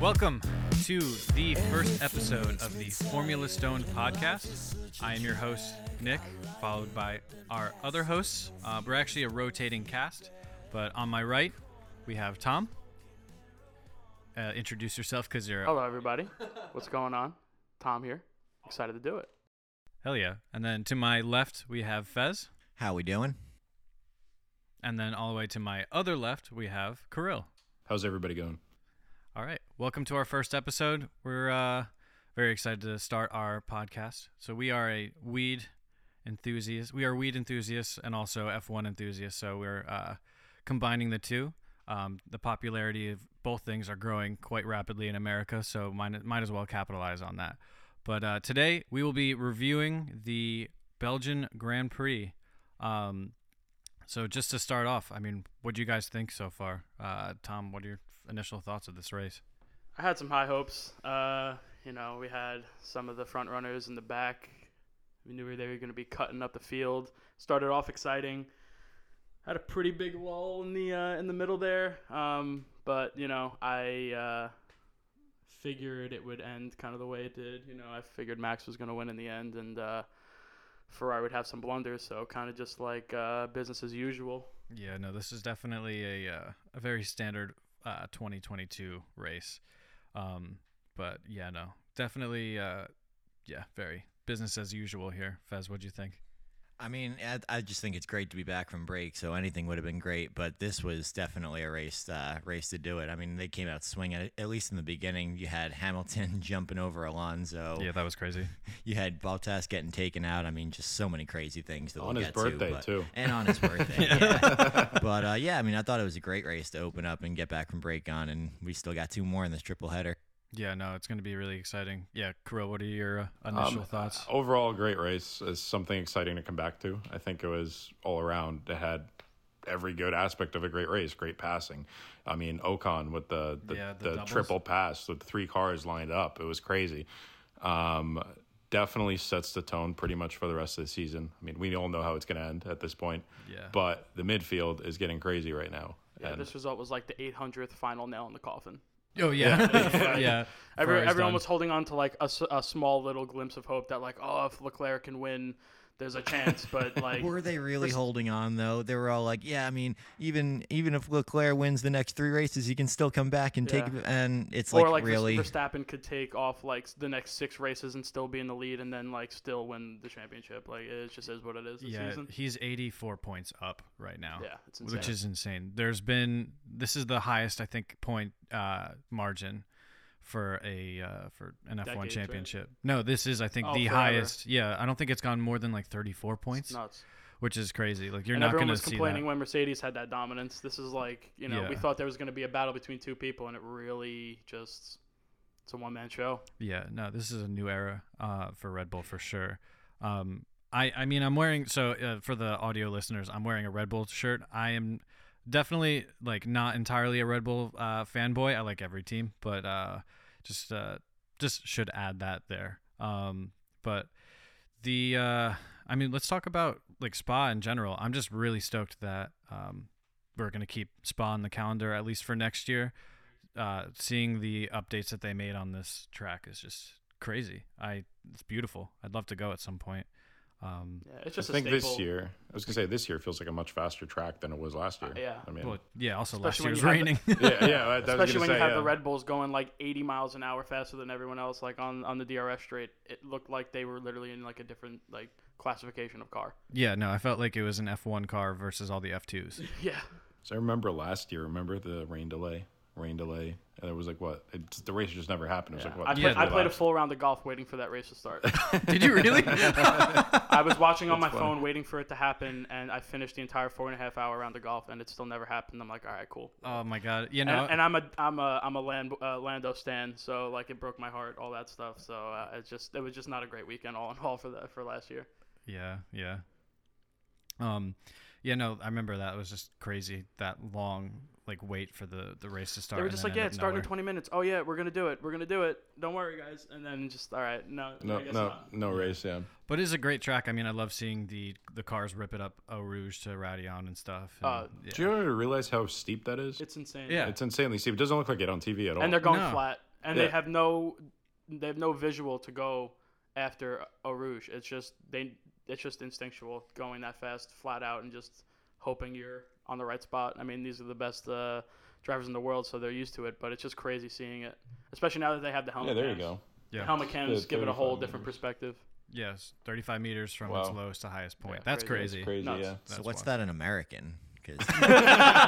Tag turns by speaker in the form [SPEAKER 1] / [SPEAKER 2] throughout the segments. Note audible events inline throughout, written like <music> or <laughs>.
[SPEAKER 1] Welcome to the first episode of the Formula Stone podcast. I am your host, Nick, followed by our other hosts. Uh, we're actually a rotating cast, but on my right, we have Tom. Uh, introduce yourself because you're.
[SPEAKER 2] Hello, everybody. What's going on? Tom here. Excited to do it.
[SPEAKER 1] Hell yeah. And then to my left, we have Fez.
[SPEAKER 3] How we doing?
[SPEAKER 1] And then all the way to my other left, we have Kirill.
[SPEAKER 4] How's everybody going?
[SPEAKER 1] All right. Welcome to our first episode. We're uh, very excited to start our podcast. So we are a weed enthusiast. We are weed enthusiasts and also F1 enthusiasts. So we're uh, combining the two. Um, the popularity of both things are growing quite rapidly in America, so might, might as well capitalize on that. But uh, today we will be reviewing the Belgian Grand Prix. Um, so just to start off, I mean, what do you guys think so far? Uh, Tom, what are your initial thoughts of this race?
[SPEAKER 2] I had some high hopes. Uh, you know, we had some of the front runners in the back. We knew they were going to be cutting up the field. Started off exciting. Had a pretty big lull in the uh, in the middle there. Um, but you know, I uh, figured it would end kind of the way it did. You know, I figured Max was going to win in the end, and uh, Ferrari would have some blunders. So kind of just like uh, business as usual.
[SPEAKER 1] Yeah, no, this is definitely a uh, a very standard uh, 2022 race. Um, but yeah, no, definitely, uh, yeah, very business as usual here. Fez, what do you think?
[SPEAKER 3] I mean, I, I just think it's great to be back from break. So anything would have been great, but this was definitely a race uh, race to do it. I mean, they came out swinging. At- At least in the beginning, you had Hamilton <laughs> jumping over Alonso.
[SPEAKER 1] Yeah, that was crazy.
[SPEAKER 3] You had Baltas getting taken out. I mean, just so many crazy things. That
[SPEAKER 4] On
[SPEAKER 3] we'll
[SPEAKER 4] his
[SPEAKER 3] get
[SPEAKER 4] birthday,
[SPEAKER 3] to, but-
[SPEAKER 4] too.
[SPEAKER 3] and on his
[SPEAKER 4] <laughs>
[SPEAKER 3] birthday. yeah. But uh, yeah, I mean, I thought it was a great race to open up and get back from break on, and we still got two more in this triple header.
[SPEAKER 1] <laughs> Yeah, no, it's going to be really exciting. Yeah, Kirill, what are your uh, initial
[SPEAKER 4] Um,
[SPEAKER 1] thoughts?
[SPEAKER 4] Overall, great race. It's something exciting to come back to. I think it was all around. It had every good aspect of a great race. Great passing. I mean, Ocon with the the,
[SPEAKER 1] Yeah, the
[SPEAKER 4] the,
[SPEAKER 1] doubles.
[SPEAKER 4] triple pass with three cars lined up. It was crazy. Um, definitely sets the tone pretty much for the rest of the season. I mean, we all know how it's going to end at this point.
[SPEAKER 1] Yeah.
[SPEAKER 4] But the midfield is getting crazy right now.
[SPEAKER 2] Yeah,
[SPEAKER 4] And-
[SPEAKER 2] this result was like the 800th final nail in the coffin.
[SPEAKER 1] Oh yeah, <laughs> yeah.
[SPEAKER 2] Every,
[SPEAKER 1] Ferrari's
[SPEAKER 2] everyone
[SPEAKER 1] done.
[SPEAKER 2] was holding on to like a, s- a small little glimpse of hope that like, oh, if Leclerc can win, there's
[SPEAKER 1] <laughs>
[SPEAKER 2] a chance. But like,
[SPEAKER 3] Were they really holding on though? They were all like, "Yeah, I mean, even even if Leclerc wins the next three races, he can still come back and take."
[SPEAKER 2] Yeah.
[SPEAKER 3] it." And it's
[SPEAKER 2] or
[SPEAKER 3] like,
[SPEAKER 2] like Vers-
[SPEAKER 3] really,
[SPEAKER 2] Verstappen could take off like s- the next six races and still be in the lead, and then like still win the championship. Like it just is what it is this
[SPEAKER 1] yeah,
[SPEAKER 2] season.
[SPEAKER 1] he's 84 points up right now.
[SPEAKER 2] Yeah, it's
[SPEAKER 1] Which
[SPEAKER 2] insane.
[SPEAKER 1] is insane. There's been this is the highest I think point uh, margin for a uh, for an F1
[SPEAKER 2] Decades, right?
[SPEAKER 1] championship. No, this is I think
[SPEAKER 2] Oh,
[SPEAKER 1] the
[SPEAKER 2] forever.
[SPEAKER 1] highest. Yeah, I don't think it's gone more than like 34
[SPEAKER 2] It's
[SPEAKER 1] points,
[SPEAKER 2] nuts.
[SPEAKER 1] which is crazy. Like you're
[SPEAKER 2] and
[SPEAKER 1] not
[SPEAKER 2] everyone
[SPEAKER 1] going to
[SPEAKER 2] was
[SPEAKER 1] see
[SPEAKER 2] complaining
[SPEAKER 1] that.
[SPEAKER 2] when Mercedes had that dominance. This is like, you know, we
[SPEAKER 1] Yeah.
[SPEAKER 2] thought there was going to be a battle between two people, and it really just it's a one man show.
[SPEAKER 1] Yeah, no, this is a new era uh, for Red Bull for sure. Um, I, I mean, I'm wearing so uh, for the audio listeners, I'm wearing a Red Bull shirt. I am definitely like not entirely a Red Bull uh, fanboy. I like every team, but uh, just uh, just should add that there. Um, but the uh, I mean, let's talk about like Spa in general. I'm just really stoked that um, we're gonna keep Spa on the calendar at least for next year. Uh, seeing the updates that they made on this track is just crazy. I it's beautiful. I'd love to go at some point. Um,
[SPEAKER 2] Yeah, it's just
[SPEAKER 4] I think
[SPEAKER 2] a
[SPEAKER 4] this
[SPEAKER 2] staple.
[SPEAKER 4] year, I was gonna say this year feels like a much faster track than it was last year.
[SPEAKER 2] Uh, yeah.
[SPEAKER 4] I mean,
[SPEAKER 1] well, yeah. Also, last
[SPEAKER 2] Especially
[SPEAKER 1] year was
[SPEAKER 2] when you
[SPEAKER 1] raining.
[SPEAKER 2] <laughs>
[SPEAKER 1] <laughs>
[SPEAKER 4] yeah, yeah. I- I was gonna
[SPEAKER 2] Especially when
[SPEAKER 4] say,
[SPEAKER 2] you have
[SPEAKER 4] yeah.
[SPEAKER 2] the Red Bulls going like 80 miles an hour faster than everyone else, like on, on the DRS straight, it looked like they were literally in like a different like classification of
[SPEAKER 4] <laughs>
[SPEAKER 2] car.
[SPEAKER 1] yeah, no, I felt like it was an F1 car versus all the
[SPEAKER 2] <laughs>
[SPEAKER 1] F2s.
[SPEAKER 2] Yeah,
[SPEAKER 4] So I remember last year. Remember the rain delay, rain delay, and it was like what? It's, the race just never happened. It was like what?
[SPEAKER 2] I, play,
[SPEAKER 1] Yeah,
[SPEAKER 2] I
[SPEAKER 1] the
[SPEAKER 2] played a full round of golf waiting for that race to start.
[SPEAKER 1] Did you
[SPEAKER 2] <laughs>
[SPEAKER 1] really? <laughs>
[SPEAKER 2] I was watching on my phone waiting for it to happen, and I finished the entire four and a half hour round of golf, and it still never happened. I'm like, all right, cool.
[SPEAKER 1] oh my god. You know,
[SPEAKER 2] And, and I'm a I'm a I'm a Land, uh, Lando stan, so like it broke my heart, all that stuff. So uh, it's just it was just not a great weekend all in all for that for last year.
[SPEAKER 1] Yeah, yeah. Um, yeah, no, I remember that. It was just crazy that long like wait for the the race to start.
[SPEAKER 2] They were
[SPEAKER 1] and
[SPEAKER 2] just
[SPEAKER 1] then
[SPEAKER 2] like, yeah,
[SPEAKER 1] end
[SPEAKER 2] it's
[SPEAKER 1] up
[SPEAKER 2] starting in
[SPEAKER 1] nowhere.
[SPEAKER 2] 20 minutes. Oh yeah, we're gonna do it. We're gonna do it. Don't worry, guys. And then just all right, no,
[SPEAKER 4] no,
[SPEAKER 2] I guess
[SPEAKER 4] no,
[SPEAKER 2] not.
[SPEAKER 4] no race. Yeah.
[SPEAKER 1] But it is a great track. I mean, I love seeing the the cars rip it up Eau Rouge to Radion and stuff. and-
[SPEAKER 2] Uh,
[SPEAKER 1] yeah.
[SPEAKER 4] Do you ever realize how steep that is?
[SPEAKER 2] It's insane.
[SPEAKER 1] Yeah.
[SPEAKER 4] It's insanely steep. It doesn't look like it on TV at all.
[SPEAKER 2] and they're going
[SPEAKER 1] No.
[SPEAKER 2] flat. and
[SPEAKER 4] Yeah.
[SPEAKER 2] they have no they have no visual to go after a rouge. It's just they it's just instinctual going that fast, flat out, and just hoping you're on the right spot. I mean, these are the best uh, drivers in the world, so they're used to it. But it's just crazy seeing it, especially now that they have the helmet.
[SPEAKER 4] Yeah, there you
[SPEAKER 2] cams.
[SPEAKER 4] go.
[SPEAKER 1] Yeah.
[SPEAKER 2] Helmet cams
[SPEAKER 4] The
[SPEAKER 2] give it a whole
[SPEAKER 4] 35
[SPEAKER 2] different
[SPEAKER 4] meters.
[SPEAKER 2] perspective.
[SPEAKER 1] Yes, 35 meters from its
[SPEAKER 4] Wow.
[SPEAKER 1] lowest to highest point.
[SPEAKER 2] Yeah,
[SPEAKER 1] That's
[SPEAKER 2] crazy.
[SPEAKER 1] crazy.
[SPEAKER 4] It's crazy,
[SPEAKER 2] Nuts.
[SPEAKER 4] yeah.
[SPEAKER 1] That's
[SPEAKER 3] so what's
[SPEAKER 1] wild.
[SPEAKER 3] that in American?
[SPEAKER 2] <laughs>
[SPEAKER 3] 'Cause-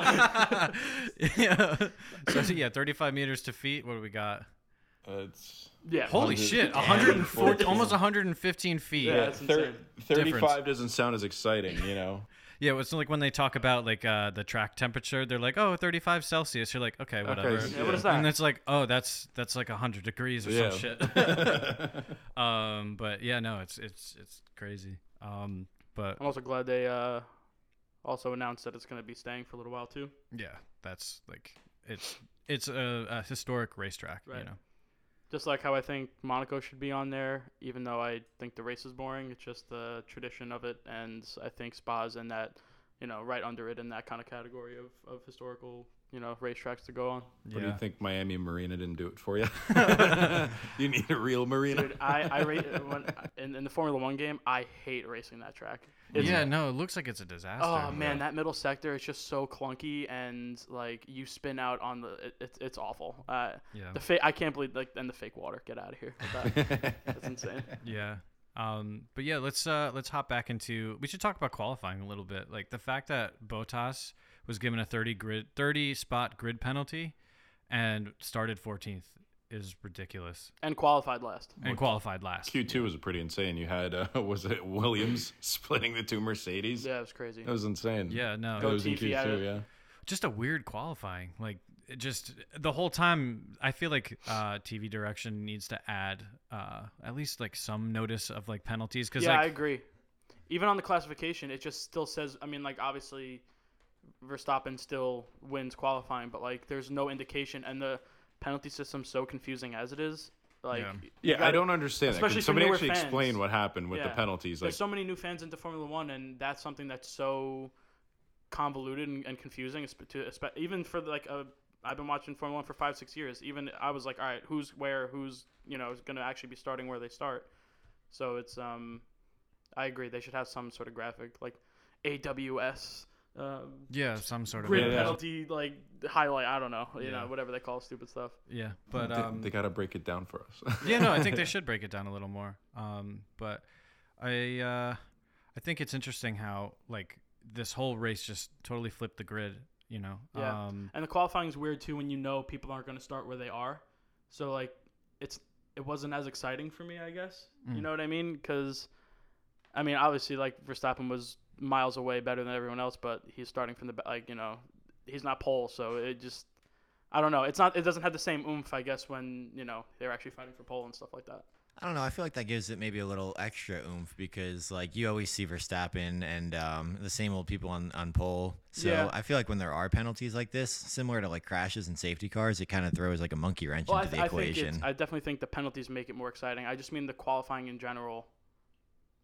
[SPEAKER 1] <laughs> yeah. So, so yeah, 35 meters to feet. What do we got?
[SPEAKER 4] It's
[SPEAKER 2] Yeah.
[SPEAKER 1] Holy
[SPEAKER 4] Hundred-
[SPEAKER 1] shit!
[SPEAKER 4] Damn.
[SPEAKER 1] 140, almost 115 feet.
[SPEAKER 2] Yeah,
[SPEAKER 1] Yeah.
[SPEAKER 2] that's
[SPEAKER 4] thir-
[SPEAKER 2] insane.
[SPEAKER 4] 35
[SPEAKER 1] Difference.
[SPEAKER 4] doesn't sound as exciting, you <laughs> know.
[SPEAKER 1] yeah, it's like when they talk about like uh, the track temperature, they're like, oh, 35 Celsius. You're like, okay, whatever.
[SPEAKER 4] so-
[SPEAKER 2] Yeah, what is that?
[SPEAKER 1] And it's like, oh, that's that's like 100 degrees or
[SPEAKER 4] Yeah.
[SPEAKER 1] some
[SPEAKER 4] <laughs>
[SPEAKER 1] shit. <laughs> um, but yeah, no, it's it's it's crazy. Um, but
[SPEAKER 2] I'm also glad they uh, also announced that it's going to be staying for a little while too.
[SPEAKER 1] yeah, that's like it's it's a, a historic racetrack. You
[SPEAKER 2] Right.
[SPEAKER 1] know.
[SPEAKER 2] Just like how I think Monaco should be on there, even though I think the race is boring. It's just the tradition of it, and I think Spa's in that, you know, right under it in that kind of category of, of historical, you know, racetracks to go on.
[SPEAKER 1] Yeah.
[SPEAKER 4] What do you think Miami Marina didn't do it for
[SPEAKER 2] <laughs>
[SPEAKER 4] you? you need a real marina.
[SPEAKER 2] Dude, I <laughs> I rate when in, in the Formula One game, I hate racing that track. It's,
[SPEAKER 1] yeah, no, it looks like it's a disaster.
[SPEAKER 2] Oh man, that middle sector is just so clunky, and like you spin out on the, it, it's it's awful. Uh,
[SPEAKER 1] Yeah.
[SPEAKER 2] the fake, I can't believe like and the fake water. Get out of here. with that. That's insane.
[SPEAKER 1] Yeah. Um, but yeah, let's uh let's hop back into we should talk about qualifying a little bit. Like the fact that Botas was given a 30 grid 30 spot grid penalty and started 14th is ridiculous
[SPEAKER 2] And qualified last.
[SPEAKER 1] and qualified last.
[SPEAKER 4] Q2 was pretty insane. You had, uh, <laughs> was it
[SPEAKER 2] <laughs>
[SPEAKER 4] Williams splitting the two Mercedes?
[SPEAKER 2] Yeah, it was crazy.
[SPEAKER 4] That was insane.
[SPEAKER 1] Yeah, no.
[SPEAKER 4] That was in
[SPEAKER 2] Latifi had
[SPEAKER 4] Q2,
[SPEAKER 2] it.
[SPEAKER 4] yeah.
[SPEAKER 1] just a weird qualifying. Like it just the whole time, I feel like uh, TV direction needs to add uh, at least like some notice of like penalties because
[SPEAKER 2] Yeah, I
[SPEAKER 1] like
[SPEAKER 2] agree. Even on the classification, it just still says. I mean, like obviously, Verstappen still wins qualifying, but like there's no indication, and the penalty system's so confusing as it is. Like,
[SPEAKER 1] Yeah.
[SPEAKER 2] you
[SPEAKER 4] Yeah, I
[SPEAKER 2] gotta-
[SPEAKER 4] don't understand that.
[SPEAKER 2] especially
[SPEAKER 4] Can
[SPEAKER 2] for
[SPEAKER 4] somebody
[SPEAKER 2] newer
[SPEAKER 4] actually
[SPEAKER 2] fans.
[SPEAKER 4] explain what happened with the
[SPEAKER 2] Yeah.
[SPEAKER 4] penalties? Like,
[SPEAKER 2] There's so many new fans into Formula One, and that's something that's so convoluted and, and confusing. esp- To, espe- even for like a, I've been watching Formula One for five, six years. Even I was like, all right, who's where, who's you know is going to actually be starting where they start. So it's um, I agree. They should have some sort of graphic like AWS. Um,
[SPEAKER 1] yeah, some sort of
[SPEAKER 2] grid
[SPEAKER 4] Yeah, yeah.
[SPEAKER 2] penalty like highlight. I don't know, you
[SPEAKER 1] Yeah.
[SPEAKER 2] know, whatever they call stupid stuff.
[SPEAKER 1] yeah, but
[SPEAKER 4] they,
[SPEAKER 1] um,
[SPEAKER 4] they got to break it down for us.
[SPEAKER 1] yeah, no, I think they should break it down a little more. Um, but I uh, I think it's interesting how like this whole race just totally flipped the grid. You know,
[SPEAKER 2] Yeah.
[SPEAKER 1] um,
[SPEAKER 2] And the qualifying is weird too when you know people aren't going to start where they are. So like, it's it wasn't as exciting for me, I guess.
[SPEAKER 3] Mm.
[SPEAKER 2] You know what I mean? Because, I mean, obviously, like Verstappen was miles away better than everyone else, but he's starting from the ba- like you know, he's not pole, so it just. I don't know. It's not. It doesn't have the same oomph, I guess, when you know they're actually fighting for pole and stuff like that.
[SPEAKER 3] I don't know. I feel like that gives it maybe a little extra oomph because, like, you always see Verstappen and um, the same old people on, on pole. So
[SPEAKER 2] Yeah.
[SPEAKER 3] I feel like when there are penalties like this, similar to like crashes and safety cars, it kind of throws like a monkey wrench
[SPEAKER 2] Well, I,
[SPEAKER 3] into the
[SPEAKER 2] I think
[SPEAKER 3] equation.
[SPEAKER 2] it's, I definitely think the penalties make it more exciting. I just mean the qualifying in general.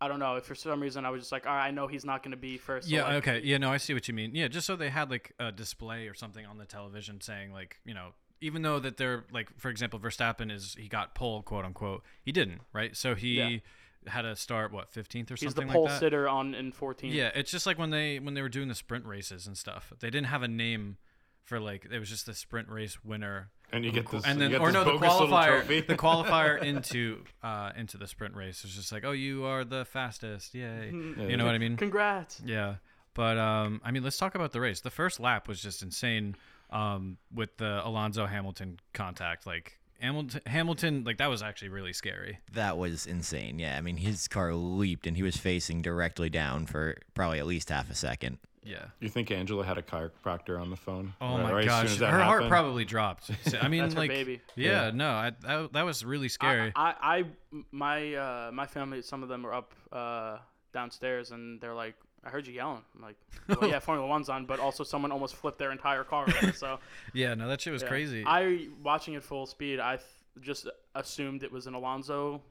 [SPEAKER 2] I don't know. If for some reason I was just like, all right, I know he's not going to be first. so,
[SPEAKER 1] Yeah,
[SPEAKER 2] like,
[SPEAKER 1] okay. Yeah, no, I see what you mean. Yeah, just so they had like a display or something on the television saying like, you know, even though that they're like for example, Verstappen is he got pole, quote unquote. He didn't, right? So he had a start what, 15th or
[SPEAKER 2] He's the
[SPEAKER 1] something
[SPEAKER 2] pole
[SPEAKER 1] like that.
[SPEAKER 2] sitter on in 14.
[SPEAKER 1] Yeah, it's just like when they when they were doing the sprint races and stuff. They didn't have a name for like it was just the sprint race winner.
[SPEAKER 4] <laughs> and you get this,
[SPEAKER 1] And then,
[SPEAKER 4] you get
[SPEAKER 1] or no,
[SPEAKER 4] this
[SPEAKER 1] the
[SPEAKER 4] bogus little
[SPEAKER 1] qualifier,
[SPEAKER 4] trophy.
[SPEAKER 1] the qualifier into uh, into the sprint race is just like, oh, you are the fastest,
[SPEAKER 4] <laughs>
[SPEAKER 1] yay! You know what I mean?
[SPEAKER 2] Congrats.
[SPEAKER 1] Yeah, but um, I mean, let's talk about the race. The first lap was just insane um, with the Alonso Hamilton contact. Like Hamilton, Hamilton, like that was actually really scary.
[SPEAKER 3] that was insane. Yeah. I mean, his car leaped and he was facing directly down for probably at least half a second.
[SPEAKER 1] Yeah.
[SPEAKER 4] <laughs> you think Angela had a chiropractor on the phone?
[SPEAKER 1] Oh
[SPEAKER 4] Right-
[SPEAKER 1] my
[SPEAKER 4] right as soon
[SPEAKER 1] gosh,
[SPEAKER 4] as
[SPEAKER 1] her
[SPEAKER 4] that
[SPEAKER 1] heart
[SPEAKER 4] happened?
[SPEAKER 1] probably
[SPEAKER 4] <laughs>
[SPEAKER 1] dropped. So, I mean,
[SPEAKER 2] That's her
[SPEAKER 1] like,
[SPEAKER 2] baby.
[SPEAKER 1] yeah, no, I, that, that was really scary.
[SPEAKER 2] I, I, my, uh, my family, some of them are up uh, downstairs, and they're like, "I heard you yelling." I'm
[SPEAKER 1] <laughs>
[SPEAKER 2] like, well, "Yeah, Formula One's on," but also someone almost flipped their entire car. Over, so
[SPEAKER 1] <laughs> yeah, no, that shit was
[SPEAKER 2] yeah.
[SPEAKER 1] crazy.
[SPEAKER 2] I watching it full speed. I th- just assumed it was an Alonso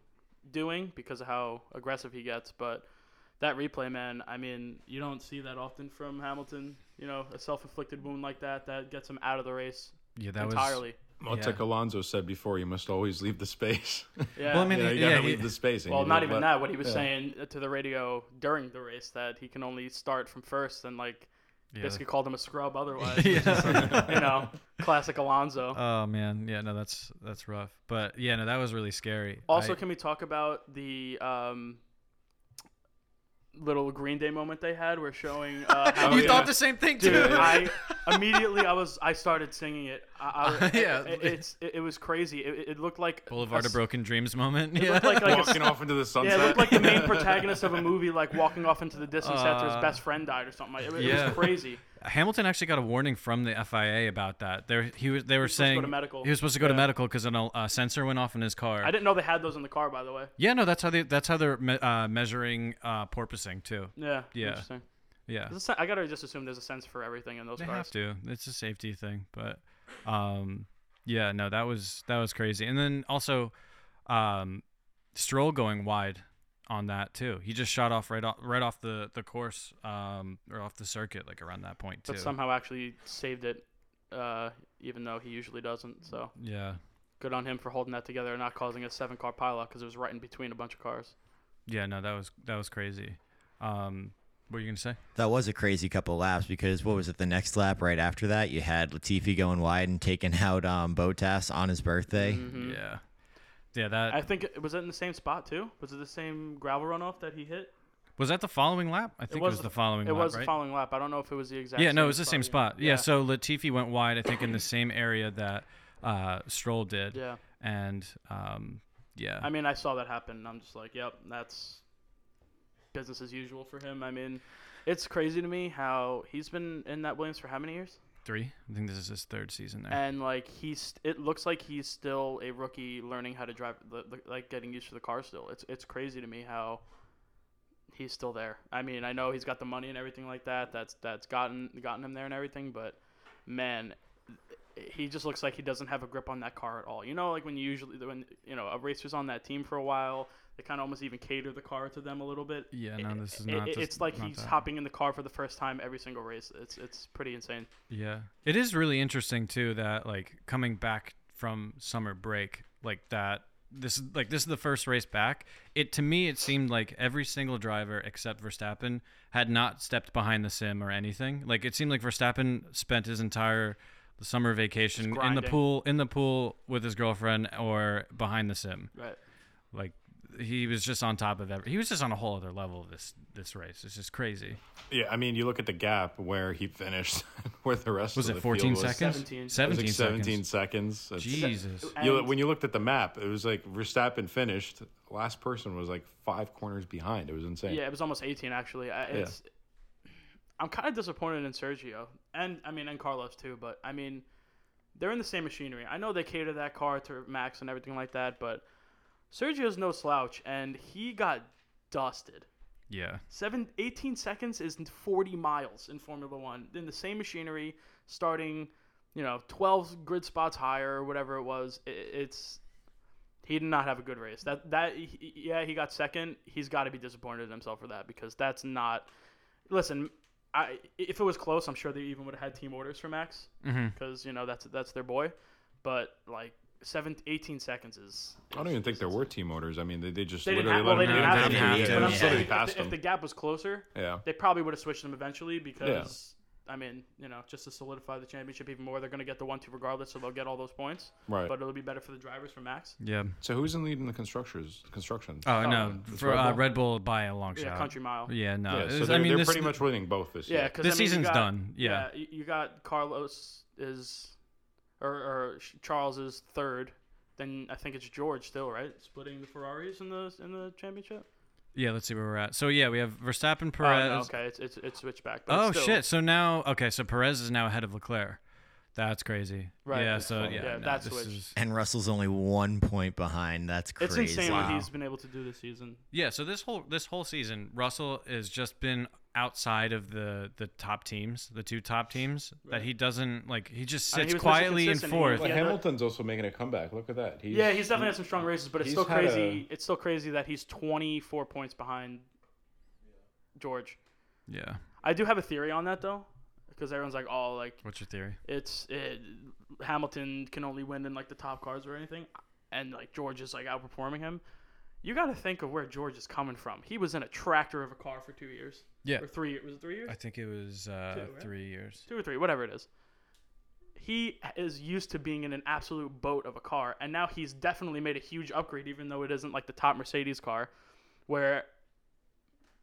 [SPEAKER 2] doing because of how aggressive he gets, but. That replay, man. I mean, you don't see that often from Hamilton. You know, a self-inflicted wound like that that gets him out of the race
[SPEAKER 1] yeah, that was
[SPEAKER 2] entirely.
[SPEAKER 4] Well, it's
[SPEAKER 1] Yeah.
[SPEAKER 4] like Alonso said before, you must always leave the space. <laughs>
[SPEAKER 2] Yeah.
[SPEAKER 1] Well, I mean,
[SPEAKER 4] you know, you
[SPEAKER 1] yeah,
[SPEAKER 4] gotta
[SPEAKER 1] he-
[SPEAKER 4] leave the space. and
[SPEAKER 2] well,
[SPEAKER 4] you
[SPEAKER 2] not
[SPEAKER 4] don't
[SPEAKER 2] even
[SPEAKER 4] let-
[SPEAKER 2] that. What he was
[SPEAKER 4] yeah.
[SPEAKER 2] saying to the radio during the race that he can only start from first, and like
[SPEAKER 1] Yeah.
[SPEAKER 2] basically called him a
[SPEAKER 1] <laughs>
[SPEAKER 2] scrub otherwise.
[SPEAKER 1] Yeah.
[SPEAKER 2] It's just, you know, classic Alonso.
[SPEAKER 1] Oh man, yeah, no, that's that's rough. But yeah, no, that was really scary.
[SPEAKER 2] also,
[SPEAKER 1] I-
[SPEAKER 2] can we talk about the um, little Green Day moment they had? We're showing.
[SPEAKER 1] <laughs>
[SPEAKER 2] Uh, how-
[SPEAKER 4] Oh,
[SPEAKER 1] you
[SPEAKER 4] yeah.
[SPEAKER 1] thought the same thing too.
[SPEAKER 2] Dude, <laughs> I immediately I was I started singing it. I, I,
[SPEAKER 1] <laughs> Yeah.
[SPEAKER 2] yeah, it, it's it, it was crazy. It, it looked like
[SPEAKER 1] <laughs>
[SPEAKER 2] a
[SPEAKER 1] Boulevard of
[SPEAKER 2] s-
[SPEAKER 1] Broken Dreams moment.
[SPEAKER 2] It
[SPEAKER 1] yeah,
[SPEAKER 2] looked like, like a s-
[SPEAKER 4] <laughs> Walking off into the sunset.
[SPEAKER 2] Yeah, it looked like
[SPEAKER 1] <laughs>
[SPEAKER 2] the
[SPEAKER 4] <laughs>
[SPEAKER 2] main protagonist of a movie, like walking off into the distance after his
[SPEAKER 1] Uh,
[SPEAKER 2] best friend died or something. Like it, it
[SPEAKER 1] yeah.
[SPEAKER 2] was crazy.
[SPEAKER 1] <laughs> Hamilton actually got a warning from the FIA about that. There, he was. They were
[SPEAKER 2] supposed to go
[SPEAKER 1] saying
[SPEAKER 2] to medical.
[SPEAKER 1] he was supposed to go to
[SPEAKER 2] Yeah.
[SPEAKER 1] medical because an uh, sensor went off in his car.
[SPEAKER 2] I didn't know they had those in the car, by the way.
[SPEAKER 1] yeah, no, that's how they. That's how they're me- uh, measuring uh, porpoising too.
[SPEAKER 2] Yeah.
[SPEAKER 1] Yeah.
[SPEAKER 2] Interesting.
[SPEAKER 1] Yeah,
[SPEAKER 2] There's a sen- I gotta just assume there's a sense for everything in those
[SPEAKER 1] they
[SPEAKER 2] cars.
[SPEAKER 1] have to. It's a safety thing, but um, yeah, no, that was that was crazy. And then also, um, Stroll going wide on that too. He just shot off right off right off the the course um, or off the circuit like around that point too.
[SPEAKER 2] But somehow actually saved it, uh, even though he usually doesn't. So
[SPEAKER 1] yeah.
[SPEAKER 2] good on him for holding that together and not causing a seven-car pileup because it was right in between a bunch of cars.
[SPEAKER 1] Yeah, no, that was that was crazy. Um, what were you gonna say?
[SPEAKER 3] That was a crazy couple of laps because what was it? The next lap right after that, you had Latifi going wide and taking out um, Botas on his birthday.
[SPEAKER 2] Mhm.
[SPEAKER 1] Yeah, yeah. That
[SPEAKER 2] I think it was it in the same spot too. Was it the same gravel runoff that he hit?
[SPEAKER 1] was that the following lap. I think it was,
[SPEAKER 2] was-
[SPEAKER 1] the following.
[SPEAKER 2] It
[SPEAKER 1] lap,
[SPEAKER 2] was
[SPEAKER 1] right?
[SPEAKER 2] the following lap. I don't know if it was the exact.
[SPEAKER 1] Yeah,
[SPEAKER 2] same
[SPEAKER 1] no, it was the same spot. Yeah.
[SPEAKER 2] Yeah.
[SPEAKER 1] so Latifi went wide. I think in the same area that uh, Stroll did.
[SPEAKER 2] Yeah.
[SPEAKER 1] and um, yeah,
[SPEAKER 2] I mean, I saw that happen. and I'm just like, yep, that's business as usual for him. I mean, it's crazy to me how he's been in that Williams for how many years,
[SPEAKER 1] three. I think this is his third season there.
[SPEAKER 2] and like he's, it looks like he's still a rookie, learning how to drive, the, the, like getting used to the car still. It's it's crazy to me how he's still there. I mean, I know he's got the money and everything like that. That's that's gotten gotten him there and everything, but man. He just looks like he doesn't have a grip on that car at all. You know, like when you usually when you know a racer's on that team for a while, they kind of almost even cater the car to them a little bit.
[SPEAKER 1] yeah, no, this is
[SPEAKER 2] It-
[SPEAKER 1] not.
[SPEAKER 2] it-
[SPEAKER 1] this-
[SPEAKER 2] it's like
[SPEAKER 1] not
[SPEAKER 2] he's
[SPEAKER 1] that.
[SPEAKER 2] hopping in the car for the first time every single race. It's it's pretty insane.
[SPEAKER 1] Yeah, it is really interesting too that like coming back from summer break like that. This is like this is the first race back. It to me it seemed like every single driver except Verstappen had not stepped behind the sim or anything. Like it seemed like Verstappen spent his entire summer vacation in the
[SPEAKER 2] grinding.
[SPEAKER 1] pool in the pool with his girlfriend or behind the sim.
[SPEAKER 2] Right.
[SPEAKER 1] Like he was just on top of every. He was just on a whole other level this this race. It's just crazy.
[SPEAKER 4] Yeah, I mean, you look at the gap where he finished, <laughs> where the rest
[SPEAKER 1] Was it
[SPEAKER 4] of the
[SPEAKER 1] 14
[SPEAKER 4] field was.
[SPEAKER 1] seconds?
[SPEAKER 2] 17. It was
[SPEAKER 1] 17
[SPEAKER 4] It was like 17
[SPEAKER 1] seconds.
[SPEAKER 4] seconds. It's-
[SPEAKER 1] Jesus.
[SPEAKER 4] You, when you looked at the map, it was like Verstappen finished. Last person was like five corners behind. It was insane.
[SPEAKER 2] Yeah, it was almost 18 actually. I, it's I'm kind of disappointed in Sergio and I mean and Carlos too, but I mean they're in the same machinery. I know they cater that car to Max and everything like that, but Sergio's no slouch and he got dusted.
[SPEAKER 1] Yeah.
[SPEAKER 2] Seven, 18 seconds is 40 miles in Formula One. In the same machinery, starting, you know, 12 grid spots higher or whatever it was. I- It's he did not have a good race. That that he- yeah, he got second. He's got to be disappointed in himself for that because that's not. Listen, I if it was close, I'm sure they even would have had team orders for Max
[SPEAKER 1] Mhm.
[SPEAKER 2] because you know that's that's their boy. But like seven, 18 seconds is.
[SPEAKER 4] I don't even think there were team orders. I mean, they, they just
[SPEAKER 2] They didn't
[SPEAKER 4] literally
[SPEAKER 2] have. Well, they
[SPEAKER 4] let
[SPEAKER 2] didn't
[SPEAKER 4] him
[SPEAKER 2] have.
[SPEAKER 3] They
[SPEAKER 4] down.
[SPEAKER 2] to,
[SPEAKER 3] didn't
[SPEAKER 2] But I'm
[SPEAKER 3] need to.
[SPEAKER 2] saying
[SPEAKER 4] Literally passed
[SPEAKER 2] if the- if
[SPEAKER 4] him.
[SPEAKER 2] the gap was closer,
[SPEAKER 4] Yeah.
[SPEAKER 2] they probably would have switched them eventually because I mean, you know, just to solidify the championship even more, they're going to get the one two regardless, so they'll get all those points.
[SPEAKER 4] Right.
[SPEAKER 2] But it'll be better for the drivers for Max.
[SPEAKER 1] Yeah.
[SPEAKER 4] So who's in leading the constructors? Construction.
[SPEAKER 1] Oh, no,
[SPEAKER 4] it's
[SPEAKER 1] for
[SPEAKER 4] Red
[SPEAKER 1] Red Bull. Uh,
[SPEAKER 4] Bull.
[SPEAKER 1] Red Bull by a long
[SPEAKER 2] Yeah,
[SPEAKER 1] shot.
[SPEAKER 2] country mile.
[SPEAKER 1] Yeah, no.
[SPEAKER 4] yeah,
[SPEAKER 1] it
[SPEAKER 4] so
[SPEAKER 1] was-
[SPEAKER 4] they're,
[SPEAKER 1] I mean,
[SPEAKER 4] they're
[SPEAKER 1] this,
[SPEAKER 4] pretty much winning both this
[SPEAKER 2] Yeah,
[SPEAKER 4] year.
[SPEAKER 2] because
[SPEAKER 1] This
[SPEAKER 2] I mean, you
[SPEAKER 1] season's
[SPEAKER 2] got-
[SPEAKER 1] done, yeah.
[SPEAKER 2] you- you got Carlos is or, or Sh- Charles is third. Then I think it's George still, right? Splitting the Ferraris in the in the championship.
[SPEAKER 1] yeah. Let's see where we're at. So yeah, we have Verstappen,
[SPEAKER 2] Oh, no,
[SPEAKER 1] Perez. Oh,
[SPEAKER 2] okay, it's it's it's switched back. But it's still,
[SPEAKER 1] shit! So now, okay, so Perez is now ahead of Leclerc. That's crazy.
[SPEAKER 2] Right,
[SPEAKER 1] Yeah.
[SPEAKER 2] that's
[SPEAKER 1] So
[SPEAKER 2] funny.
[SPEAKER 1] yeah,
[SPEAKER 2] Yeah,
[SPEAKER 1] no,
[SPEAKER 2] that's
[SPEAKER 1] this
[SPEAKER 2] which-
[SPEAKER 1] is-
[SPEAKER 3] And Russell's only one point behind. That's
[SPEAKER 2] It's
[SPEAKER 3] crazy.
[SPEAKER 2] insane what
[SPEAKER 4] Wow.
[SPEAKER 2] he's been able to do this season.
[SPEAKER 1] yeah. So this whole this whole season, Russell has just been outside of the the top teams, the two top teams. That he doesn't like. He just
[SPEAKER 2] I mean,
[SPEAKER 1] sits
[SPEAKER 2] he was also
[SPEAKER 1] quietly in
[SPEAKER 2] consistent. He was
[SPEAKER 1] fourth.
[SPEAKER 4] But
[SPEAKER 2] Yeah, the-
[SPEAKER 4] Hamilton's also making a comeback. Look at that. He's,
[SPEAKER 2] Yeah, he's definitely had some strong races, but it's
[SPEAKER 4] he's
[SPEAKER 2] still
[SPEAKER 4] had
[SPEAKER 2] crazy. It's still crazy that he's 24 points behind George.
[SPEAKER 1] Yeah.
[SPEAKER 2] I do have a theory on that though. because everyone's like, oh, like
[SPEAKER 1] What's your theory?
[SPEAKER 2] it's it, Hamilton can only win in like the top cars or anything, and like George is like outperforming him. You got to think of where George is coming from. He was in a tractor of a car for two years
[SPEAKER 1] Yeah,
[SPEAKER 2] or three. years. Was it three years?
[SPEAKER 1] I think it was uh,
[SPEAKER 2] Two, right?
[SPEAKER 1] three years.
[SPEAKER 2] two or three, whatever it is. He is used to being in an absolute boat of a car, and now he's definitely made a huge upgrade, even though it isn't like the top Mercedes car, where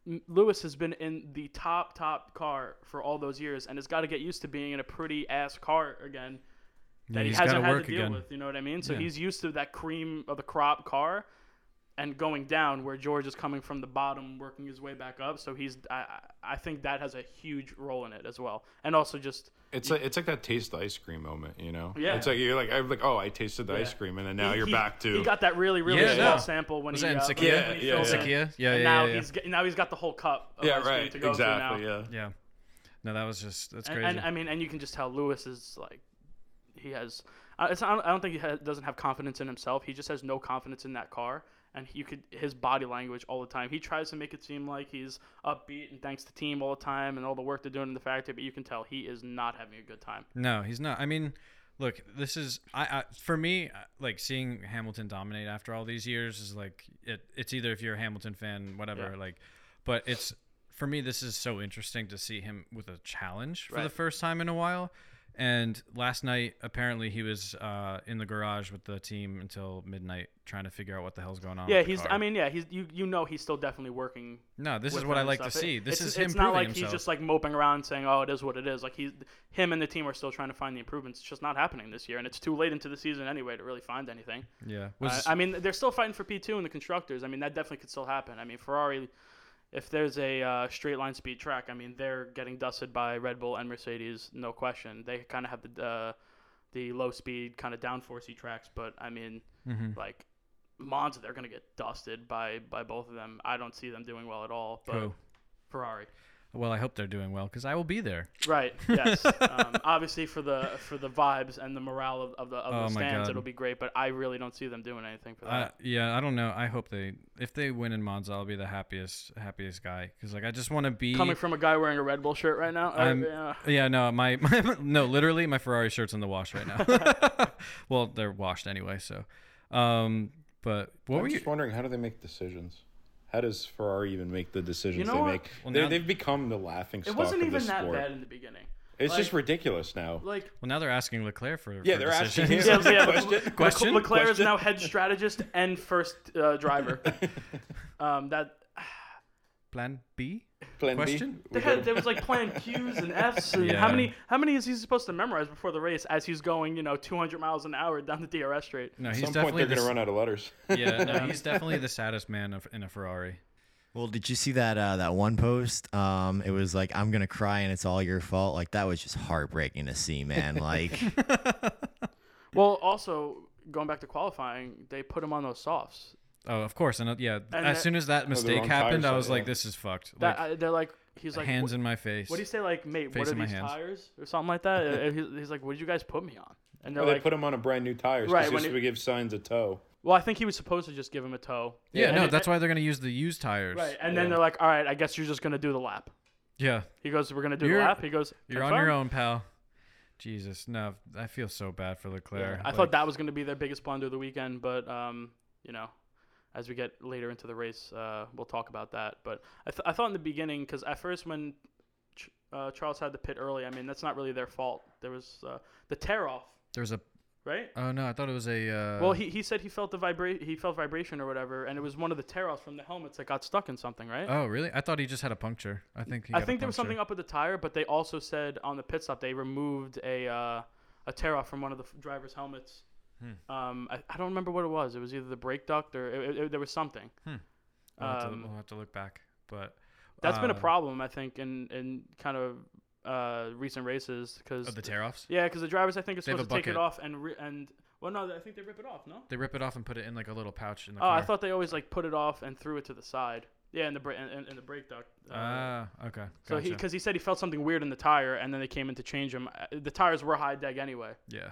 [SPEAKER 2] M- Lewis has been in the top, top car for all those years and has got to get used to being in a pretty ass car again that he
[SPEAKER 1] he's
[SPEAKER 2] hasn't
[SPEAKER 1] gotta
[SPEAKER 2] had
[SPEAKER 1] work
[SPEAKER 2] to deal
[SPEAKER 1] again.
[SPEAKER 2] with. You know what I mean? So
[SPEAKER 1] Yeah.
[SPEAKER 2] he's used to that cream of the crop car and going down, where George is coming from the bottom, working his way back up. So he's, I, I I think that has a huge role in it as well, and also just
[SPEAKER 4] It's like it's like that taste the ice cream moment, you know.
[SPEAKER 2] Yeah.
[SPEAKER 4] It's like you're like I'm like oh I tasted the ice
[SPEAKER 2] Yeah.
[SPEAKER 4] cream and then now
[SPEAKER 2] He-
[SPEAKER 4] you're
[SPEAKER 2] he-
[SPEAKER 4] back to
[SPEAKER 2] He got that really, really
[SPEAKER 1] Yeah,
[SPEAKER 2] small
[SPEAKER 1] no.
[SPEAKER 2] sample when
[SPEAKER 1] Was
[SPEAKER 2] he
[SPEAKER 1] that in
[SPEAKER 2] uh,
[SPEAKER 1] Sakia?
[SPEAKER 2] when he
[SPEAKER 4] Yeah,
[SPEAKER 2] filled
[SPEAKER 4] yeah.
[SPEAKER 2] it.
[SPEAKER 1] Sakia? Yeah, yeah,
[SPEAKER 2] And now
[SPEAKER 1] yeah, yeah.
[SPEAKER 2] he's get- now he's got the whole cup. Of
[SPEAKER 4] yeah
[SPEAKER 2] ice cream
[SPEAKER 4] right
[SPEAKER 2] to go
[SPEAKER 4] exactly
[SPEAKER 2] To now.
[SPEAKER 4] yeah
[SPEAKER 1] Yeah. No, that was just that's
[SPEAKER 2] And,
[SPEAKER 1] crazy.
[SPEAKER 2] and I mean, and you can just tell Lewis is like, he has. I- It's, I don't- I don't think he ha doesn't have confidence in himself. He just has no confidence in that car, and you could his body language all the time. He tries to make it seem like he's upbeat and thanks to team all the time and all the work they're doing in the factory, but you can tell he is not having a good time.
[SPEAKER 1] No, he's not. I mean, look, this is I, I for me I- like seeing Hamilton dominate after all these years is like it. It's either if you're a Hamilton fan, whatever,
[SPEAKER 2] Yeah.
[SPEAKER 1] like, but it's for me this is so interesting to see him with a challenge for the
[SPEAKER 2] Right.
[SPEAKER 1] first time in a while. And last night, apparently, he was uh, in the garage with the team until midnight, trying to figure out what the hell's going on.
[SPEAKER 2] Yeah,
[SPEAKER 1] with the
[SPEAKER 2] he's.
[SPEAKER 1] car.
[SPEAKER 2] I mean, yeah, he's. You you know, he's still definitely working
[SPEAKER 1] no, this is
[SPEAKER 2] with
[SPEAKER 1] what I
[SPEAKER 2] him and
[SPEAKER 1] like to
[SPEAKER 2] stuff.
[SPEAKER 1] see.
[SPEAKER 2] It-
[SPEAKER 1] This
[SPEAKER 2] it's,
[SPEAKER 1] is him
[SPEAKER 2] It's
[SPEAKER 1] proving
[SPEAKER 2] not like
[SPEAKER 1] himself.
[SPEAKER 2] he's just like moping around saying, "Oh, it is what it is." Like he's him and the team are still trying to find the improvements. It's just not happening this year, and it's too late into the season anyway to really find anything.
[SPEAKER 1] yeah, was
[SPEAKER 2] I, I mean, they're still fighting for P two in the constructors. I mean, that definitely could still happen. I mean, Ferrari, if there's a uh, straight line speed track, I mean, they're getting dusted by Red Bull and Mercedes, no question. They kind of have the uh, the low speed kind of downforcey tracks, but I mean,
[SPEAKER 1] Mhm.
[SPEAKER 2] like Monza, they're gonna get dusted by by both of them. I don't see them doing well at all. But
[SPEAKER 1] Who?
[SPEAKER 2] Ferrari,
[SPEAKER 1] well. I hope they're doing well because I will be there.
[SPEAKER 2] right? Yes. um, obviously, for the for the vibes and the morale of, of the of
[SPEAKER 1] Oh
[SPEAKER 2] the
[SPEAKER 1] my
[SPEAKER 2] stands,
[SPEAKER 1] God.
[SPEAKER 2] it'll be great. But I really don't see them doing anything for
[SPEAKER 1] Uh,
[SPEAKER 2] that.
[SPEAKER 1] yeah, I don't know. I hope they if they win in Monza, I'll be the happiest happiest guy because like I just want to be.
[SPEAKER 2] Coming from a guy wearing a Red Bull shirt right now,
[SPEAKER 1] I'm-
[SPEAKER 2] uh, yeah.
[SPEAKER 1] yeah, no, my, <laughs> my no, literally my Ferrari shirt's in the wash right
[SPEAKER 2] <laughs>
[SPEAKER 1] now. well, they're washed anyway, so. Um, but what were
[SPEAKER 4] I'm
[SPEAKER 1] you?
[SPEAKER 4] just wondering how do they make decisions? How does Ferrari even make the decisions
[SPEAKER 2] know
[SPEAKER 4] they
[SPEAKER 2] what?
[SPEAKER 4] make?
[SPEAKER 1] Well,
[SPEAKER 4] They-
[SPEAKER 1] now-
[SPEAKER 4] they've become the laughing
[SPEAKER 2] it
[SPEAKER 4] stock
[SPEAKER 2] wasn't
[SPEAKER 4] of the
[SPEAKER 2] even that
[SPEAKER 4] sport.
[SPEAKER 2] bad in the beginning.
[SPEAKER 4] It's just
[SPEAKER 2] like-
[SPEAKER 4] ridiculous now.
[SPEAKER 1] <laughs>
[SPEAKER 2] Like.
[SPEAKER 1] Well, now they're asking Leclerc for
[SPEAKER 4] yeah,
[SPEAKER 1] for
[SPEAKER 4] they're asking
[SPEAKER 1] <laughs> decisions.
[SPEAKER 2] Yeah,
[SPEAKER 4] him
[SPEAKER 2] yeah,
[SPEAKER 4] question.
[SPEAKER 2] Leclerc-
[SPEAKER 1] Question?
[SPEAKER 2] Leclerc is
[SPEAKER 4] Question?
[SPEAKER 2] now head strategist and first
[SPEAKER 1] <laughs>
[SPEAKER 2] uh, driver. um, that
[SPEAKER 1] Plan B.
[SPEAKER 4] Plan B?
[SPEAKER 1] Question?
[SPEAKER 2] They
[SPEAKER 4] We
[SPEAKER 2] had,
[SPEAKER 4] don't-
[SPEAKER 2] there was like playing Q's and F's. And
[SPEAKER 1] Yeah.
[SPEAKER 2] How many how many is he supposed to memorize before the race as he's going, you know, 200 miles an hour down the DRS straight?
[SPEAKER 1] No,
[SPEAKER 4] At
[SPEAKER 1] he's
[SPEAKER 4] some point
[SPEAKER 1] definitely the
[SPEAKER 4] they're going to
[SPEAKER 1] s-
[SPEAKER 4] run out of letters.
[SPEAKER 1] yeah, no,
[SPEAKER 4] <laughs>
[SPEAKER 1] he's definitely the saddest man of, in a Ferrari.
[SPEAKER 3] Well, did you see that uh, that one post? Um, it was like I'm gonna cry and it's all your fault. Like that was just heartbreaking to see,
[SPEAKER 2] <laughs>
[SPEAKER 3] man. Like
[SPEAKER 2] Well, also going back to qualifying, they put him on those softs.
[SPEAKER 1] Oh, of course, and uh, yeah.
[SPEAKER 2] And
[SPEAKER 1] as
[SPEAKER 2] that-
[SPEAKER 1] soon as that mistake
[SPEAKER 4] wrong
[SPEAKER 1] happened,
[SPEAKER 4] tires,
[SPEAKER 1] I was
[SPEAKER 4] yeah.
[SPEAKER 1] like, "This is fucked."
[SPEAKER 2] That
[SPEAKER 1] like,
[SPEAKER 2] I, they're like he's like
[SPEAKER 1] hands
[SPEAKER 2] what,
[SPEAKER 1] in my face.
[SPEAKER 2] what do you say like mate, what
[SPEAKER 1] face
[SPEAKER 2] are
[SPEAKER 1] in my
[SPEAKER 2] these
[SPEAKER 1] hands.
[SPEAKER 2] tires or something
[SPEAKER 1] <laughs>
[SPEAKER 2] like that? Uh, he's, he's like what did you guys put me on? And <laughs> they're
[SPEAKER 4] Well, they
[SPEAKER 2] like
[SPEAKER 4] put him on a brand new tire
[SPEAKER 2] Right,
[SPEAKER 4] right,
[SPEAKER 2] when
[SPEAKER 4] just
[SPEAKER 2] it-
[SPEAKER 4] to give signs of toe.
[SPEAKER 2] well, I think he was supposed to just give him a toe.
[SPEAKER 1] yeah,
[SPEAKER 2] And
[SPEAKER 1] no,
[SPEAKER 2] it-
[SPEAKER 1] that's why they're gonna use the used tires.
[SPEAKER 2] Right. And then they're like all right, I guess you're just going to do the lap.
[SPEAKER 1] Yeah,
[SPEAKER 2] He goes we're going to do
[SPEAKER 1] You're-
[SPEAKER 2] the lap. He goes
[SPEAKER 1] You're on your
[SPEAKER 2] "Confirm."
[SPEAKER 1] own, pal. Jesus, no, I feel so bad for Leclerc.
[SPEAKER 2] Yeah, I
[SPEAKER 1] Like,
[SPEAKER 2] thought that was going to be their biggest blunder of the weekend, but um, you know, as we get later into the race, uh, we'll talk about that. But I, th- I thought in the beginning, because at first when Ch- uh, Charles had the pit early, I mean that's not really their fault. There was uh, the tear off,
[SPEAKER 1] there was a.
[SPEAKER 2] right?
[SPEAKER 1] Oh no, I thought it was a. Uh,
[SPEAKER 2] well, he, he said he felt the vibra- he felt vibration or whatever, and it was one of the tear offs from the helmets that got stuck in something, right?
[SPEAKER 1] Oh really? I thought he just had a puncture. I think. He
[SPEAKER 2] I
[SPEAKER 1] got a
[SPEAKER 2] think there was
[SPEAKER 1] puncture.
[SPEAKER 2] something up with the tire, but they also said on the pit stop they removed a uh, a tear off from one of the f- driver's helmets.
[SPEAKER 1] Hmm.
[SPEAKER 2] Um, I, I don't remember what it was. It was either the brake duct or it, it- it- there was something.
[SPEAKER 1] We'll, have to,
[SPEAKER 2] um,
[SPEAKER 1] we'll have to look back, but
[SPEAKER 2] That's been a
[SPEAKER 1] uh,
[SPEAKER 2] problem, I think, in in kind of uh, recent races because
[SPEAKER 1] Of the tear offs,
[SPEAKER 2] yeah, because the drivers I think are
[SPEAKER 1] They have a
[SPEAKER 2] supposed to take it
[SPEAKER 1] bucket.
[SPEAKER 2] off and re- and well, no, I think they rip it off. No.
[SPEAKER 1] they rip it off and put it in like a little pouch in the
[SPEAKER 2] Oh,
[SPEAKER 1] car.
[SPEAKER 2] I thought they always like put it off and threw it to the side. Yeah, in the bra- in, in the brake duct. uh,
[SPEAKER 1] Ah, okay.
[SPEAKER 2] So he,
[SPEAKER 1] gotcha.
[SPEAKER 2] because he said he felt something weird in the tire, and then they came in to change him. Uh, The tires were high deg anyway.
[SPEAKER 1] Yeah.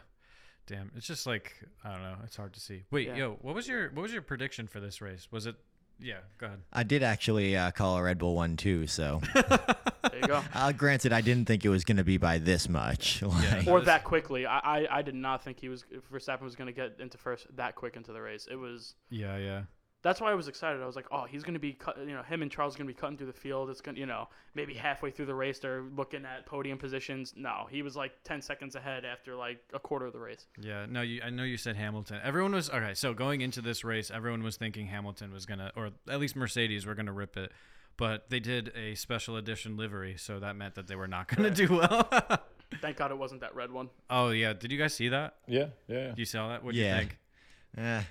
[SPEAKER 1] Damn, it's just like I don't know. It's hard to see. Wait,
[SPEAKER 2] Yeah.
[SPEAKER 1] yo, what was your what was your prediction for this race? Was it? Yeah, go ahead.
[SPEAKER 3] I did actually uh, call a Red Bull one too. So
[SPEAKER 2] There you go.
[SPEAKER 3] Uh, granted, I didn't think it was going to be by this much. <laughs> Like,
[SPEAKER 2] or that quickly. I, I, I did not think he was Verstappen was going to get into first that quick into the race. It was
[SPEAKER 1] Yeah, yeah.
[SPEAKER 2] that's why I was excited. I was like, oh, he's going to be cut, you know him and Charles going to be cutting through the field. It's going to you know maybe halfway through the race they're looking at podium positions. No, he was like ten seconds ahead after like a quarter of the race.
[SPEAKER 1] Yeah, no, you, I know you said Hamilton. Everyone was okay. So going into this race, everyone was thinking Hamilton was gonna, or at least Mercedes were gonna rip it, but they did a special edition livery, so that meant that they were not gonna do well. <laughs>
[SPEAKER 2] Thank God it wasn't that red one.
[SPEAKER 1] oh yeah, did you guys see that?
[SPEAKER 4] Yeah, yeah. yeah.
[SPEAKER 1] You saw that? What do
[SPEAKER 3] Yeah.
[SPEAKER 1] you think?
[SPEAKER 3] eh,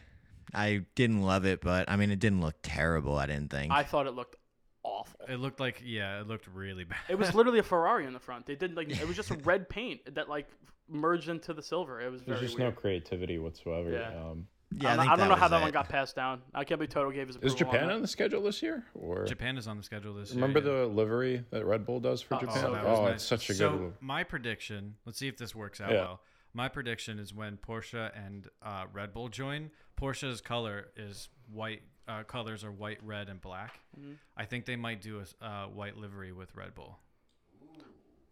[SPEAKER 3] I didn't love it, but I mean, it didn't look terrible. I didn't think.
[SPEAKER 2] I thought it looked awful.
[SPEAKER 1] It looked like yeah, it looked really bad.
[SPEAKER 2] It was literally a Ferrari in the front. They did like it was just a red paint that like merged into the silver. It was very
[SPEAKER 4] There's just
[SPEAKER 2] weird.
[SPEAKER 4] no creativity whatsoever.
[SPEAKER 2] Yeah.
[SPEAKER 4] Um,
[SPEAKER 3] yeah,
[SPEAKER 2] I don't,
[SPEAKER 3] think
[SPEAKER 2] I don't know how that
[SPEAKER 3] was
[SPEAKER 2] one
[SPEAKER 3] it.
[SPEAKER 2] got passed down. I can't believe Toto gave his.
[SPEAKER 4] is
[SPEAKER 2] approval on
[SPEAKER 4] Japan
[SPEAKER 2] that.
[SPEAKER 4] on the schedule this year? Or
[SPEAKER 1] Japan is on the schedule this
[SPEAKER 4] remember
[SPEAKER 1] year. yeah.
[SPEAKER 4] the livery that Red Bull does for
[SPEAKER 2] Oh,
[SPEAKER 4] Japan?
[SPEAKER 2] so
[SPEAKER 4] Oh,
[SPEAKER 2] good.
[SPEAKER 1] was
[SPEAKER 4] it's
[SPEAKER 1] nice.
[SPEAKER 4] such a
[SPEAKER 1] so
[SPEAKER 4] good. one.
[SPEAKER 1] My prediction. Let's see if this works out
[SPEAKER 4] Yeah.
[SPEAKER 1] well. My prediction is when Porsche and uh, Red Bull join. Porsche's color is white. Uh, colors are white, red, and black.
[SPEAKER 2] Mm-hmm.
[SPEAKER 1] I think they might do a s- uh, white livery with Red Bull.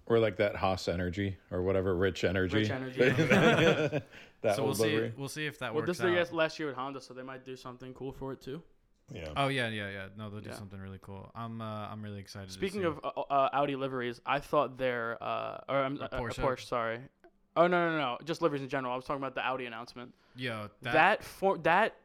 [SPEAKER 4] Or like that Haas Energy or whatever, Rich
[SPEAKER 2] Rich
[SPEAKER 4] Energy. <laughs>
[SPEAKER 2] Energy. <laughs>
[SPEAKER 4] that
[SPEAKER 1] so we'll
[SPEAKER 4] old
[SPEAKER 1] see.
[SPEAKER 4] livery.
[SPEAKER 1] We'll see if that
[SPEAKER 2] Well,
[SPEAKER 1] works
[SPEAKER 2] this is
[SPEAKER 1] out.
[SPEAKER 2] the last year with Honda, so they might do something cool for it too.
[SPEAKER 4] Yeah.
[SPEAKER 1] Oh yeah, yeah, yeah. No, they'll do
[SPEAKER 2] Yeah.
[SPEAKER 1] something really cool. I'm, uh, I'm really excited. to
[SPEAKER 2] Speaking
[SPEAKER 1] see.
[SPEAKER 2] of uh, uh, Audi liveries, I thought their uh, or um, uh, uh,
[SPEAKER 1] Porsche.
[SPEAKER 2] Porsche. sorry. Oh no, no, no, just liveries in general. I was talking about the Audi announcement.
[SPEAKER 1] yo,
[SPEAKER 2] That
[SPEAKER 1] that,
[SPEAKER 2] for that,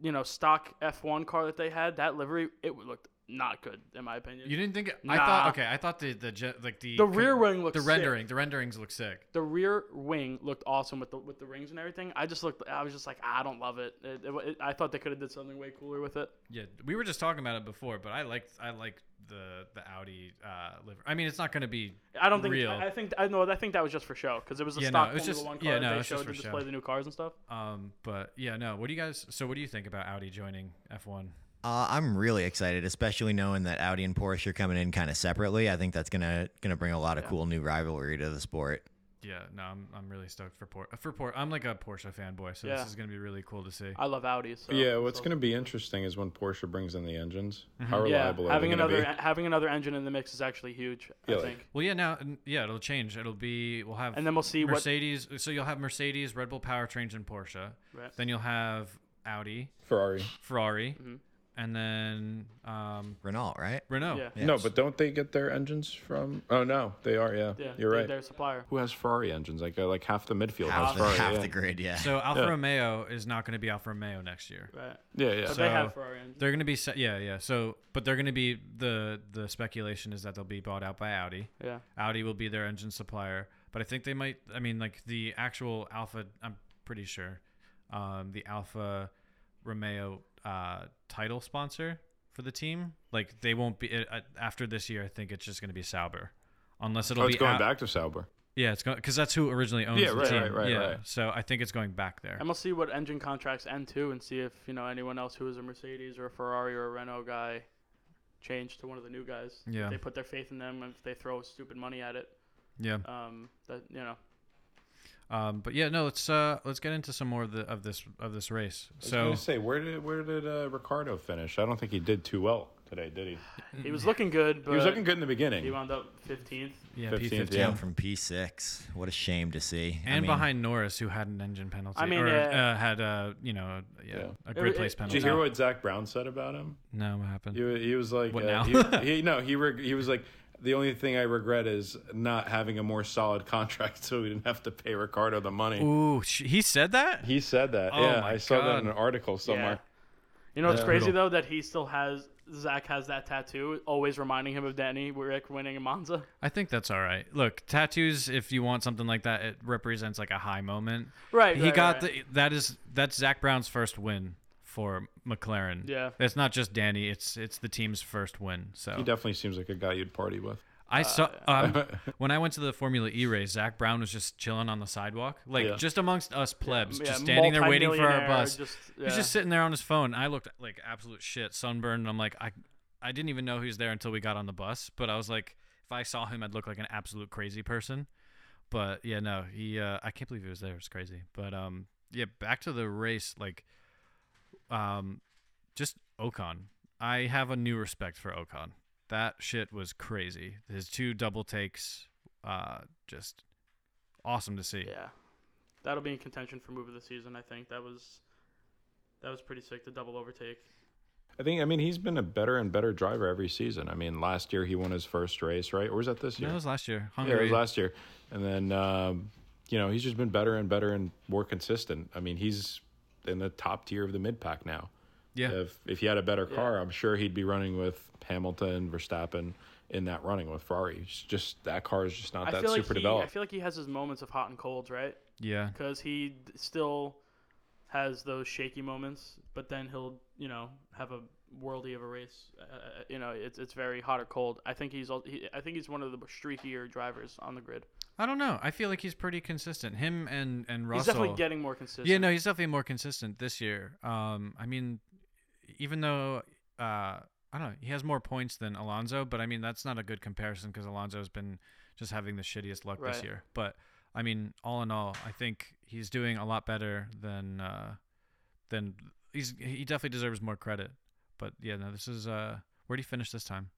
[SPEAKER 2] you know, stock F1 car that they had, that livery, it looked not good in my opinion.
[SPEAKER 1] you didn't think. It, I
[SPEAKER 2] Nah.
[SPEAKER 1] thought okay. I thought the the je- like the
[SPEAKER 2] the rear wing looked
[SPEAKER 1] the
[SPEAKER 2] sick.
[SPEAKER 1] rendering the renderings look sick.
[SPEAKER 2] The rear wing looked awesome with the with the rings and everything. I just looked. I was just like, "Ah, I don't love it. It- it- it- I thought they could have did something way cooler with it.
[SPEAKER 1] Yeah, we were just talking about it before, but I like I like the the Audi uh, liver. I mean, it's not going to be.
[SPEAKER 2] I don't think.
[SPEAKER 1] real.
[SPEAKER 2] I, I think. I know. I think that was just for show because it was a
[SPEAKER 1] Yeah, no,
[SPEAKER 2] stock
[SPEAKER 1] it was
[SPEAKER 2] Formula
[SPEAKER 1] just-
[SPEAKER 2] One car
[SPEAKER 1] yeah,
[SPEAKER 2] that
[SPEAKER 1] no, it
[SPEAKER 2] they
[SPEAKER 1] was just
[SPEAKER 2] showed to
[SPEAKER 1] for
[SPEAKER 2] display
[SPEAKER 1] show.
[SPEAKER 2] the new cars and stuff.
[SPEAKER 1] Um, but yeah, no. What do you guys? So, what do you think about Audi joining F1?
[SPEAKER 3] Uh, I'm really excited, especially knowing that Audi and Porsche are coming in kind of separately. I think that's gonna gonna bring a lot of cool new rivalry to the sport.
[SPEAKER 1] Yeah, no, I'm I'm really stoked for Porsche. For Porsche, I'm like a Porsche fanboy, so
[SPEAKER 2] Yeah.
[SPEAKER 1] this is going to be really cool to see.
[SPEAKER 2] I love Audi. So Mm-hmm.
[SPEAKER 4] yeah, what's going to be interesting is when Porsche brings in the engines. How
[SPEAKER 2] yeah,
[SPEAKER 4] reliable are
[SPEAKER 2] having
[SPEAKER 4] they going to
[SPEAKER 2] another
[SPEAKER 4] be?
[SPEAKER 2] having another engine in the mix is actually huge.
[SPEAKER 4] Yeah,
[SPEAKER 2] I
[SPEAKER 4] like-
[SPEAKER 2] think.
[SPEAKER 1] Well, yeah, now n- yeah, it'll change. It'll be we'll have
[SPEAKER 2] And then we'll see what-
[SPEAKER 1] Mercedes. So you'll have Mercedes, Red Bull powertrains, and Porsche.
[SPEAKER 2] Right.
[SPEAKER 1] Then you'll have Audi,
[SPEAKER 4] Ferrari.
[SPEAKER 1] Ferrari,
[SPEAKER 2] Mm-hmm.
[SPEAKER 1] and then um,
[SPEAKER 3] Renault, right?
[SPEAKER 1] Renault.
[SPEAKER 2] Yeah.
[SPEAKER 4] No, but don't they get their engins from? Oh no, they are. Yeah,
[SPEAKER 2] yeah,
[SPEAKER 4] you're
[SPEAKER 2] they-
[SPEAKER 4] right.
[SPEAKER 2] They're a supplier.
[SPEAKER 4] Who has Ferrari engines? Like uh, like half the midfield
[SPEAKER 3] Half,
[SPEAKER 4] has
[SPEAKER 3] the,
[SPEAKER 4] Ferrari.
[SPEAKER 3] half
[SPEAKER 4] yeah.
[SPEAKER 3] the grid, yeah.
[SPEAKER 1] So Alfa
[SPEAKER 4] Yeah.
[SPEAKER 1] Romeo is not going to be Alfa Romeo next year.
[SPEAKER 2] Right.
[SPEAKER 4] yeah, yeah.
[SPEAKER 2] But they
[SPEAKER 1] So-
[SPEAKER 2] have Ferrari engines.
[SPEAKER 1] They're gonna be se- yeah yeah so but they're gonna be the the speculation is that they'll be bought out by Audi.
[SPEAKER 2] Yeah.
[SPEAKER 1] Audi will be their engine supplier, but I think they might. I mean like the actual Alpha. I'm pretty sure um, the Alpha Romeo uh, title sponsor for the team. Like they won't be it, uh, after this year. I think it's just gonna be Sauber, unless it'll
[SPEAKER 4] oh,
[SPEAKER 1] be
[SPEAKER 4] it's going
[SPEAKER 1] Au-
[SPEAKER 4] back to Sauber.
[SPEAKER 1] Yeah, it's going because that's who originally owns
[SPEAKER 4] Yeah,
[SPEAKER 1] the
[SPEAKER 4] right,
[SPEAKER 1] team.
[SPEAKER 4] right, right,
[SPEAKER 1] yeah,
[SPEAKER 4] right.
[SPEAKER 1] so I think it's going back there.
[SPEAKER 2] And we'll see what engine contracts end to, and see if you know anyone else who is a Mercedes or a Ferrari or a Renault guy change to one of the new guys. If
[SPEAKER 1] Yeah.
[SPEAKER 2] they put their faith in them. If they throw stupid money at it,
[SPEAKER 1] yeah.
[SPEAKER 2] um, that you know.
[SPEAKER 1] Um, but yeah, no, let's uh, let's get into some more of the of this of this race.
[SPEAKER 4] I
[SPEAKER 1] So
[SPEAKER 4] was gonna say, where did where did uh, Ricardo finish? I don't think he did too well today, did he?
[SPEAKER 1] Mm.
[SPEAKER 2] He was looking good, but
[SPEAKER 4] He was looking good in the
[SPEAKER 2] he
[SPEAKER 4] beginning.
[SPEAKER 2] wound up 15th.
[SPEAKER 1] yeah, P15
[SPEAKER 4] 15th, yeah.
[SPEAKER 3] Down from P6. What a shame to see. I
[SPEAKER 1] and
[SPEAKER 3] mean,
[SPEAKER 1] behind Norris, who had an engine penalty.
[SPEAKER 2] I mean,
[SPEAKER 1] or,
[SPEAKER 2] yeah.
[SPEAKER 1] uh, had a you know yeah,
[SPEAKER 4] Yeah.
[SPEAKER 1] a grid
[SPEAKER 2] It-
[SPEAKER 1] place
[SPEAKER 2] it-
[SPEAKER 4] Did
[SPEAKER 1] penalty.
[SPEAKER 4] you hear what Zach Brown said about him?
[SPEAKER 1] no, what happened?
[SPEAKER 4] He, wa- he was like,
[SPEAKER 1] What
[SPEAKER 4] uh,
[SPEAKER 1] now?
[SPEAKER 4] he, he no, he reg- he was like, the only thing I regret is not having a more solid contract, <laughs> so we didn't have to pay Ricardo the money.
[SPEAKER 1] Ooh, sh- he said that.
[SPEAKER 4] He said that.
[SPEAKER 1] Oh
[SPEAKER 4] yeah,
[SPEAKER 1] my
[SPEAKER 4] I saw that in
[SPEAKER 1] God.
[SPEAKER 4] an article
[SPEAKER 2] Yeah.
[SPEAKER 4] somewhere.
[SPEAKER 2] You know what's
[SPEAKER 4] Yeah.
[SPEAKER 2] crazy though that he still has Zach has that tattoo, always reminding him of Danny Rick winning in Monza.
[SPEAKER 1] I think that's all right. Look, tattoos. If you want something like that, it represents like a high moment.
[SPEAKER 2] Right,
[SPEAKER 1] He
[SPEAKER 2] right,
[SPEAKER 1] got
[SPEAKER 2] right.
[SPEAKER 1] the that is that's Zach Brown's first win for McLaren.
[SPEAKER 2] Yeah.
[SPEAKER 1] it's not just Danny. It's it's the team's first win. So
[SPEAKER 4] He definitely seems like a guy you'd party with.
[SPEAKER 1] I saw
[SPEAKER 2] Uh,
[SPEAKER 1] um,
[SPEAKER 4] <laughs>
[SPEAKER 1] when I went to the Formula E race, Zach Brown was just chilling on the sidewalk, like
[SPEAKER 4] Yeah.
[SPEAKER 1] just amongst us plebs,
[SPEAKER 2] Yeah,
[SPEAKER 1] just standing there waiting for our
[SPEAKER 2] multimillionaire,
[SPEAKER 1] bus.
[SPEAKER 2] just-
[SPEAKER 1] He was
[SPEAKER 2] yeah.
[SPEAKER 1] just sitting there on his phone. I looked like absolute shit, sunburned. and I'm like, I, I didn't even know he was there until we got on the bus. But I was like, if I saw him, I'd look like an absolute crazy person. But yeah, no, he. Uh, I can't believe he was there. It was crazy. But um, yeah, back to the race. Like, um, just Ocon. I have a new respect for Ocon. That shit was crazy. His two double takes, uh, just awesome to see.
[SPEAKER 2] Yeah, that'll be in contention for move of the season. I think that was that was pretty sick. The double overtake.
[SPEAKER 4] I think. I mean, he's been a better and better driver every season. I mean, last year he won his first race, right? Or was that this year?
[SPEAKER 1] No, it was last year.
[SPEAKER 4] yeah, it
[SPEAKER 1] Hungary.
[SPEAKER 4] was last year. And then, um, you know, he's just been better and better and more consistent. I mean, he's in the top tier of the mid pack now.
[SPEAKER 1] yeah.
[SPEAKER 4] If if he had a better car, I'm sure he'd be running with Hamilton, Verstappen in that running with Ferrari. It's just that car is just not
[SPEAKER 2] I
[SPEAKER 4] that
[SPEAKER 2] feel
[SPEAKER 4] super
[SPEAKER 2] like he, I
[SPEAKER 4] developed.
[SPEAKER 2] feel like he has his moments of hot and colds, right?
[SPEAKER 1] yeah.
[SPEAKER 2] Because he d- still has those shaky moments, but then he'll you know have a worldy of a race. Uh, Uh, you know, it's it's very hot or cold. I think he's al- he, I think he's one of the streakier drivers on the grid.
[SPEAKER 1] I don't know. I feel like he's pretty consistent. Him and and Russell.
[SPEAKER 2] He's definitely getting more consistent.
[SPEAKER 1] Yeah, no, he's definitely more consistent this year. Um, I mean, even though uh, I don't know, he has more points than Alonso, but I mean that's not a good comparison because Alonso's been just having the shittiest luck this
[SPEAKER 2] Right.
[SPEAKER 1] year. But I mean, all in all, I think he's doing a lot better than uh, than he's he definitely deserves more credit. But yeah, no, this is uh, where would he finish this time?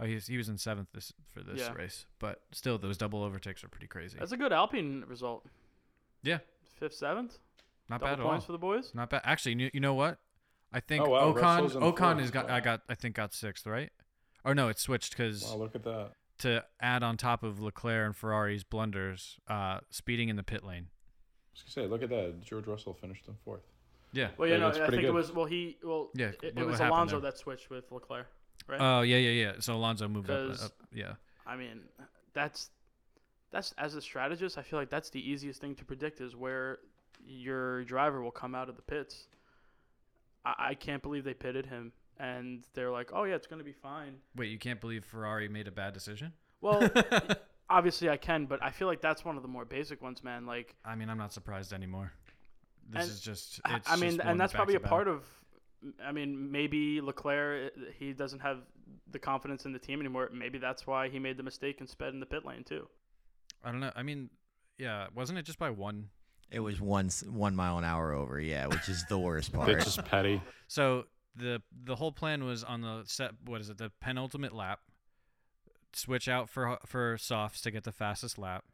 [SPEAKER 1] Oh, he's, he was in seventh this for this
[SPEAKER 2] Yeah.
[SPEAKER 1] race, but still those double overtakes are pretty crazy.
[SPEAKER 2] that's a good Alpine result.
[SPEAKER 1] Yeah.
[SPEAKER 2] fifth, seventh,
[SPEAKER 1] not
[SPEAKER 2] double
[SPEAKER 1] bad at all.
[SPEAKER 2] points for the boys.
[SPEAKER 1] Not bad. Actually, you, you know what? I think
[SPEAKER 4] Oh, wow,
[SPEAKER 1] Ocon
[SPEAKER 4] Russell's in
[SPEAKER 1] Ocon
[SPEAKER 4] fourth.
[SPEAKER 1] is got I got I think got sixth, right? Or no, it's switched because
[SPEAKER 4] Wow, look at that.
[SPEAKER 1] to add on top of Leclerc and Ferrari's blunders, uh, speeding in the pit lane.
[SPEAKER 4] I was gonna say, look at that. George Russell finished in fourth.
[SPEAKER 1] Yeah.
[SPEAKER 2] Well, you
[SPEAKER 4] Yeah,
[SPEAKER 2] know, I
[SPEAKER 4] that's
[SPEAKER 2] think
[SPEAKER 4] pretty
[SPEAKER 2] it
[SPEAKER 4] good.
[SPEAKER 2] was well he well
[SPEAKER 1] Yeah,
[SPEAKER 2] it, it
[SPEAKER 1] what- what
[SPEAKER 2] was
[SPEAKER 1] happened
[SPEAKER 2] Alonso
[SPEAKER 1] there?
[SPEAKER 2] that switched with Leclerc.
[SPEAKER 1] Oh yeah yeah yeah. So Alonso moved up,
[SPEAKER 2] 'Cause-
[SPEAKER 1] up. Yeah.
[SPEAKER 2] I mean, that's that's as a strategist, I feel like that's the easiest thing to predict is where your driver will come out of the pits. I, I can't believe they pitted him, and they're like, "Oh yeah, it's gonna be fine."
[SPEAKER 1] Wait, you can't believe Ferrari made a bad decision?
[SPEAKER 2] Well, obviously I can, but I feel like that's one of the more basic ones, man. Like,
[SPEAKER 1] <laughs> I mean, I'm not surprised anymore. This
[SPEAKER 2] And-
[SPEAKER 1] is just.
[SPEAKER 2] I-
[SPEAKER 1] It's
[SPEAKER 2] I mean,
[SPEAKER 1] just
[SPEAKER 2] and
[SPEAKER 1] one
[SPEAKER 2] that's probably a
[SPEAKER 1] back-to-back.
[SPEAKER 2] part of. I mean, maybe Leclerc uh, he doesn't have the confidence in the team anymore. Maybe that's why he made the mistake and sped in the pit lane too.
[SPEAKER 1] I don't know. I mean, yeah. Wasn't it just by one?
[SPEAKER 3] It was one s- one mile an hour over, yeah, which is the worst part.
[SPEAKER 4] It's just petty. <laughs>
[SPEAKER 1] So the the whole plan was on the set. What is it? The penultimate lap. Switch out for for softs to get the fastest lap.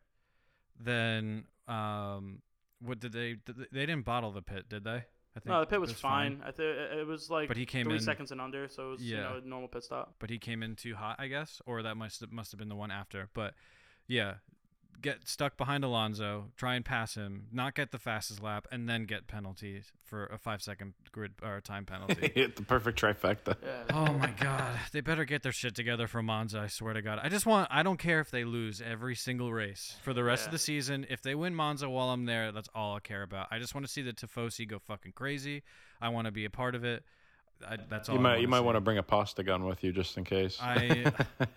[SPEAKER 1] Then um, what did they? did they- They didn't bottle the pit, did they? I think
[SPEAKER 2] No, the pit was,
[SPEAKER 1] it
[SPEAKER 2] fine. I think it was like
[SPEAKER 1] But he came
[SPEAKER 2] three
[SPEAKER 1] in-
[SPEAKER 2] seconds and under, so it was you
[SPEAKER 1] Yeah.
[SPEAKER 2] know a normal pit stop.
[SPEAKER 1] But he came in too hot, I guess, or that must must have been the one after. But yeah, get stuck behind Alonso, try and pass him, not get the fastest lap, and then get penalties for a five second grid or time penalty.
[SPEAKER 2] <laughs>
[SPEAKER 4] Hit the perfect trifecta.
[SPEAKER 2] Yeah.
[SPEAKER 1] Oh my god, they better get their shit together for Monza. I swear to God, I just want—I don't care if they lose every single race for the rest of
[SPEAKER 2] Yeah.
[SPEAKER 1] the season. If they win Monza while I'm there, that's all I care about. I just want to see the tifosi go fucking crazy. I want to be a part of it. I, that's all.
[SPEAKER 4] You might you might want
[SPEAKER 1] want
[SPEAKER 4] to bring a pasta gun with you just in case.
[SPEAKER 1] I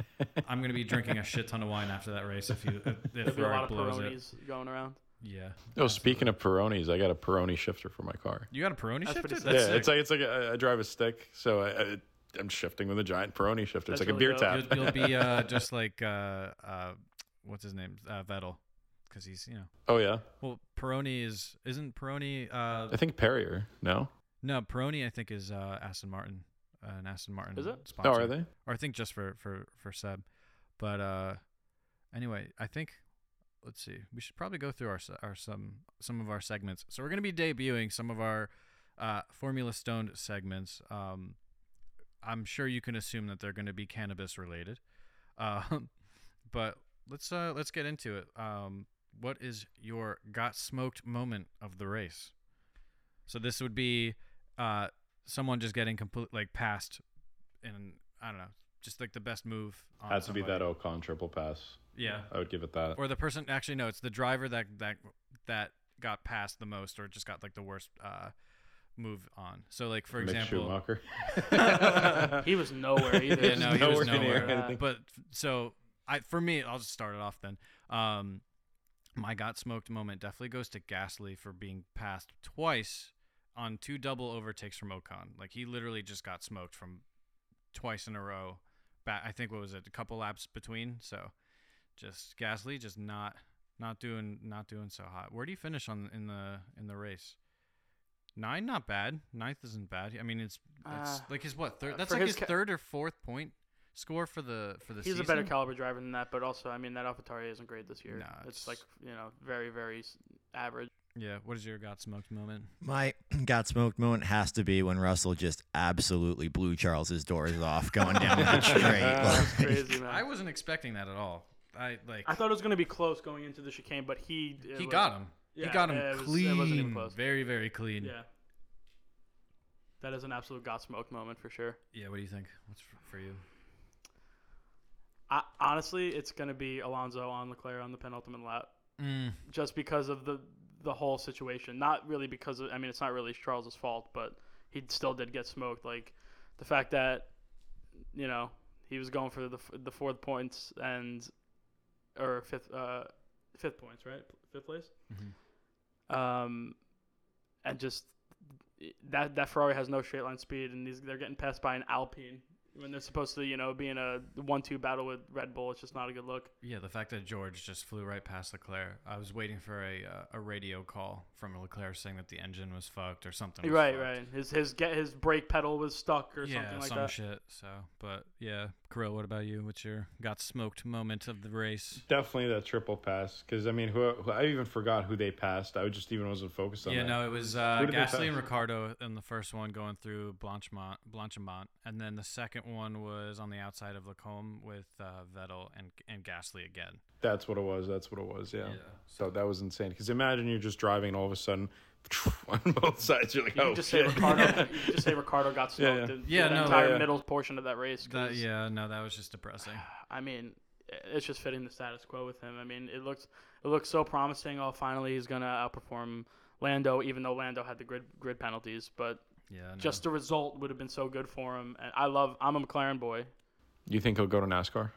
[SPEAKER 4] <laughs>
[SPEAKER 1] I'm gonna be drinking a shit ton of wine after that race if you if, if
[SPEAKER 2] <laughs> There'll be a lot
[SPEAKER 1] Ferrari
[SPEAKER 2] of
[SPEAKER 1] blows it.
[SPEAKER 2] Peronis going around.
[SPEAKER 1] Yeah.
[SPEAKER 4] oh, speaking of Peronis, I got a Peroni shifter for my car.
[SPEAKER 1] You got a Peroni
[SPEAKER 2] That's
[SPEAKER 1] shifter?
[SPEAKER 2] pretty sick.
[SPEAKER 1] That's
[SPEAKER 4] yeah,
[SPEAKER 1] sick.
[SPEAKER 4] it's like it's like a, I drive a stick, so I, I, I'm shifting with a giant Peroni shifter. It's
[SPEAKER 2] That's
[SPEAKER 4] like a
[SPEAKER 2] really
[SPEAKER 4] beer
[SPEAKER 2] dope.
[SPEAKER 4] tap.
[SPEAKER 1] you'll, you'll be uh, just like uh, uh, what's his name uh, Vettel, because he's you know.
[SPEAKER 4] Oh yeah,
[SPEAKER 1] Well, Peroni is isn't Peroni. Uh,
[SPEAKER 4] I think Perrier. No,
[SPEAKER 1] no, Peroni I think is uh, Aston Martin, uh, an Aston Martin.
[SPEAKER 2] Is it?
[SPEAKER 4] no,
[SPEAKER 1] Sponsor.
[SPEAKER 4] Oh, are they?
[SPEAKER 1] Or I think just for for for Seb. But uh, anyway, I think let's see. We should probably go through our se- our some some of our segments. So we're gonna be debuting some of our uh, Formula Stoned segments. Um, I'm sure you can assume that they're gonna be cannabis related. Um, but let's uh let's get into it. Um, what is your got smoked moment of the race? So this would be uh someone just getting complete like passed and I don't know, just like the best move. On
[SPEAKER 4] Has to be that
[SPEAKER 1] somebody.
[SPEAKER 4] Ocon triple pass.
[SPEAKER 1] Yeah.
[SPEAKER 4] I would give it that.
[SPEAKER 1] Or the person actually no, it's the driver that that that got passed the most or just got like the worst uh move on. So like for
[SPEAKER 4] Mick
[SPEAKER 1] example,
[SPEAKER 4] Schumacher.
[SPEAKER 1] <laughs>
[SPEAKER 2] He was nowhere either.
[SPEAKER 1] Yeah, no, he was
[SPEAKER 4] Nowhere near
[SPEAKER 1] nowhere.
[SPEAKER 4] anything.
[SPEAKER 1] but so I for me, I'll just start it off then. Um, my got smoked moment definitely goes to Gasly for being passed twice on two double overtakes from Ocon. Like he literally just got smoked from twice in a row. Back, I think what was it, a couple laps between. So just Gasly just not not doing not doing so hot. Where do you finish on in the in the race? Nine, not bad. Ninth isn't bad. I mean, it's, it's
[SPEAKER 2] Uh,
[SPEAKER 1] like his what third?
[SPEAKER 2] uh,
[SPEAKER 1] That's
[SPEAKER 2] for
[SPEAKER 1] like
[SPEAKER 2] his
[SPEAKER 1] his
[SPEAKER 2] ca-
[SPEAKER 1] third or fourth point score for the for the
[SPEAKER 2] He's
[SPEAKER 1] season.
[SPEAKER 2] a better caliber driver than that, but also, I mean, that AlphaTauri isn't great this year.
[SPEAKER 1] Nah,
[SPEAKER 2] it's
[SPEAKER 1] it's-
[SPEAKER 2] like you know, very, very s-
[SPEAKER 1] <laughs>
[SPEAKER 2] average.
[SPEAKER 1] yeah. What is your got smoked moment?
[SPEAKER 3] My <clears throat> got smoked moment has to be when Russell just absolutely blew Charles's doors off going down
[SPEAKER 1] <laughs>
[SPEAKER 2] <laughs>
[SPEAKER 3] that
[SPEAKER 4] That's
[SPEAKER 3] straight.
[SPEAKER 2] Crazy man. I
[SPEAKER 1] I wasn't expecting that at all. I like
[SPEAKER 2] Uh, thought it was gonna be close going into the chicane, but he it
[SPEAKER 1] he
[SPEAKER 2] was-
[SPEAKER 1] got him. he
[SPEAKER 2] yeah,
[SPEAKER 1] got him
[SPEAKER 2] yeah, it was-
[SPEAKER 1] clean.
[SPEAKER 2] It wasn't even close.
[SPEAKER 1] Very very clean.
[SPEAKER 2] Yeah. That is an absolute got smoked moment for sure.
[SPEAKER 1] Yeah, What do you think? What's for, for you?
[SPEAKER 2] I, honestly, it's gonna be Alonso on Leclerc on the penultimate lap,
[SPEAKER 1] Mm,
[SPEAKER 2] just because of the the whole situation. Not really because of, I mean, it's not really Charles's fault, but he still did get smoked. Like the fact that you know he was going for the f- the fourth points and or fifth uh fifth points, right? Fifth place.
[SPEAKER 1] mhm.
[SPEAKER 2] Um, and just that that Ferrari has no straight line speed, and these they're getting passed by an Alpine when they're supposed to, you know, be in a one-two battle with Red Bull. It's just not a good look.
[SPEAKER 1] Yeah, the fact that George just flew right past Leclerc. I was waiting for a uh, a radio call from Leclerc saying that the engine was fucked or something. was
[SPEAKER 2] right,
[SPEAKER 1] fucked.
[SPEAKER 2] right. His his get his brake pedal was stuck or
[SPEAKER 1] yeah,
[SPEAKER 2] something like
[SPEAKER 1] some
[SPEAKER 2] that.
[SPEAKER 1] shit. So, but yeah, Kirill, what about you? What's your got smoked moment of the race?
[SPEAKER 4] <laughs> Definitely that triple pass because I mean, who, who I even forgot who they passed. I just even wasn't focused on.
[SPEAKER 1] yeah,
[SPEAKER 4] that.
[SPEAKER 1] no, it was uh,
[SPEAKER 4] Who did they
[SPEAKER 1] Gasly and
[SPEAKER 4] pass?
[SPEAKER 1] Ricardo in the first one going through Blanchemont, Blanchemont, and then the second one was on the outside of Lacombe with uh, Vettel and and Gasly again.
[SPEAKER 4] That's what it was. That's what it was. Yeah.
[SPEAKER 1] Yeah.
[SPEAKER 4] So that was insane. Because imagine you're just driving and all of a sudden <laughs> on both sides you're like,
[SPEAKER 2] You
[SPEAKER 4] oh
[SPEAKER 2] could just
[SPEAKER 4] shit.
[SPEAKER 2] say Ricardo. you could just say Ricardo got
[SPEAKER 4] Yeah,
[SPEAKER 2] smoked.
[SPEAKER 4] yeah.
[SPEAKER 2] in
[SPEAKER 1] Yeah,
[SPEAKER 2] the
[SPEAKER 1] no,
[SPEAKER 2] entire
[SPEAKER 4] yeah.
[SPEAKER 2] middle portion of that race.
[SPEAKER 1] That-
[SPEAKER 2] 'cause,
[SPEAKER 1] yeah, no, that was just
[SPEAKER 2] <sighs>
[SPEAKER 1] depressing.
[SPEAKER 2] I mean, it's just fitting the status quo with him. I mean, it looks it looks so promising. Oh, finally he's gonna outperform Lando, even though Lando had the grid grid penalties, but.
[SPEAKER 1] Yeah, no.
[SPEAKER 2] just the result would have been so good for him. And I love, I'm a McLaren boy.
[SPEAKER 4] <laughs> You think he'll go to NASCAR?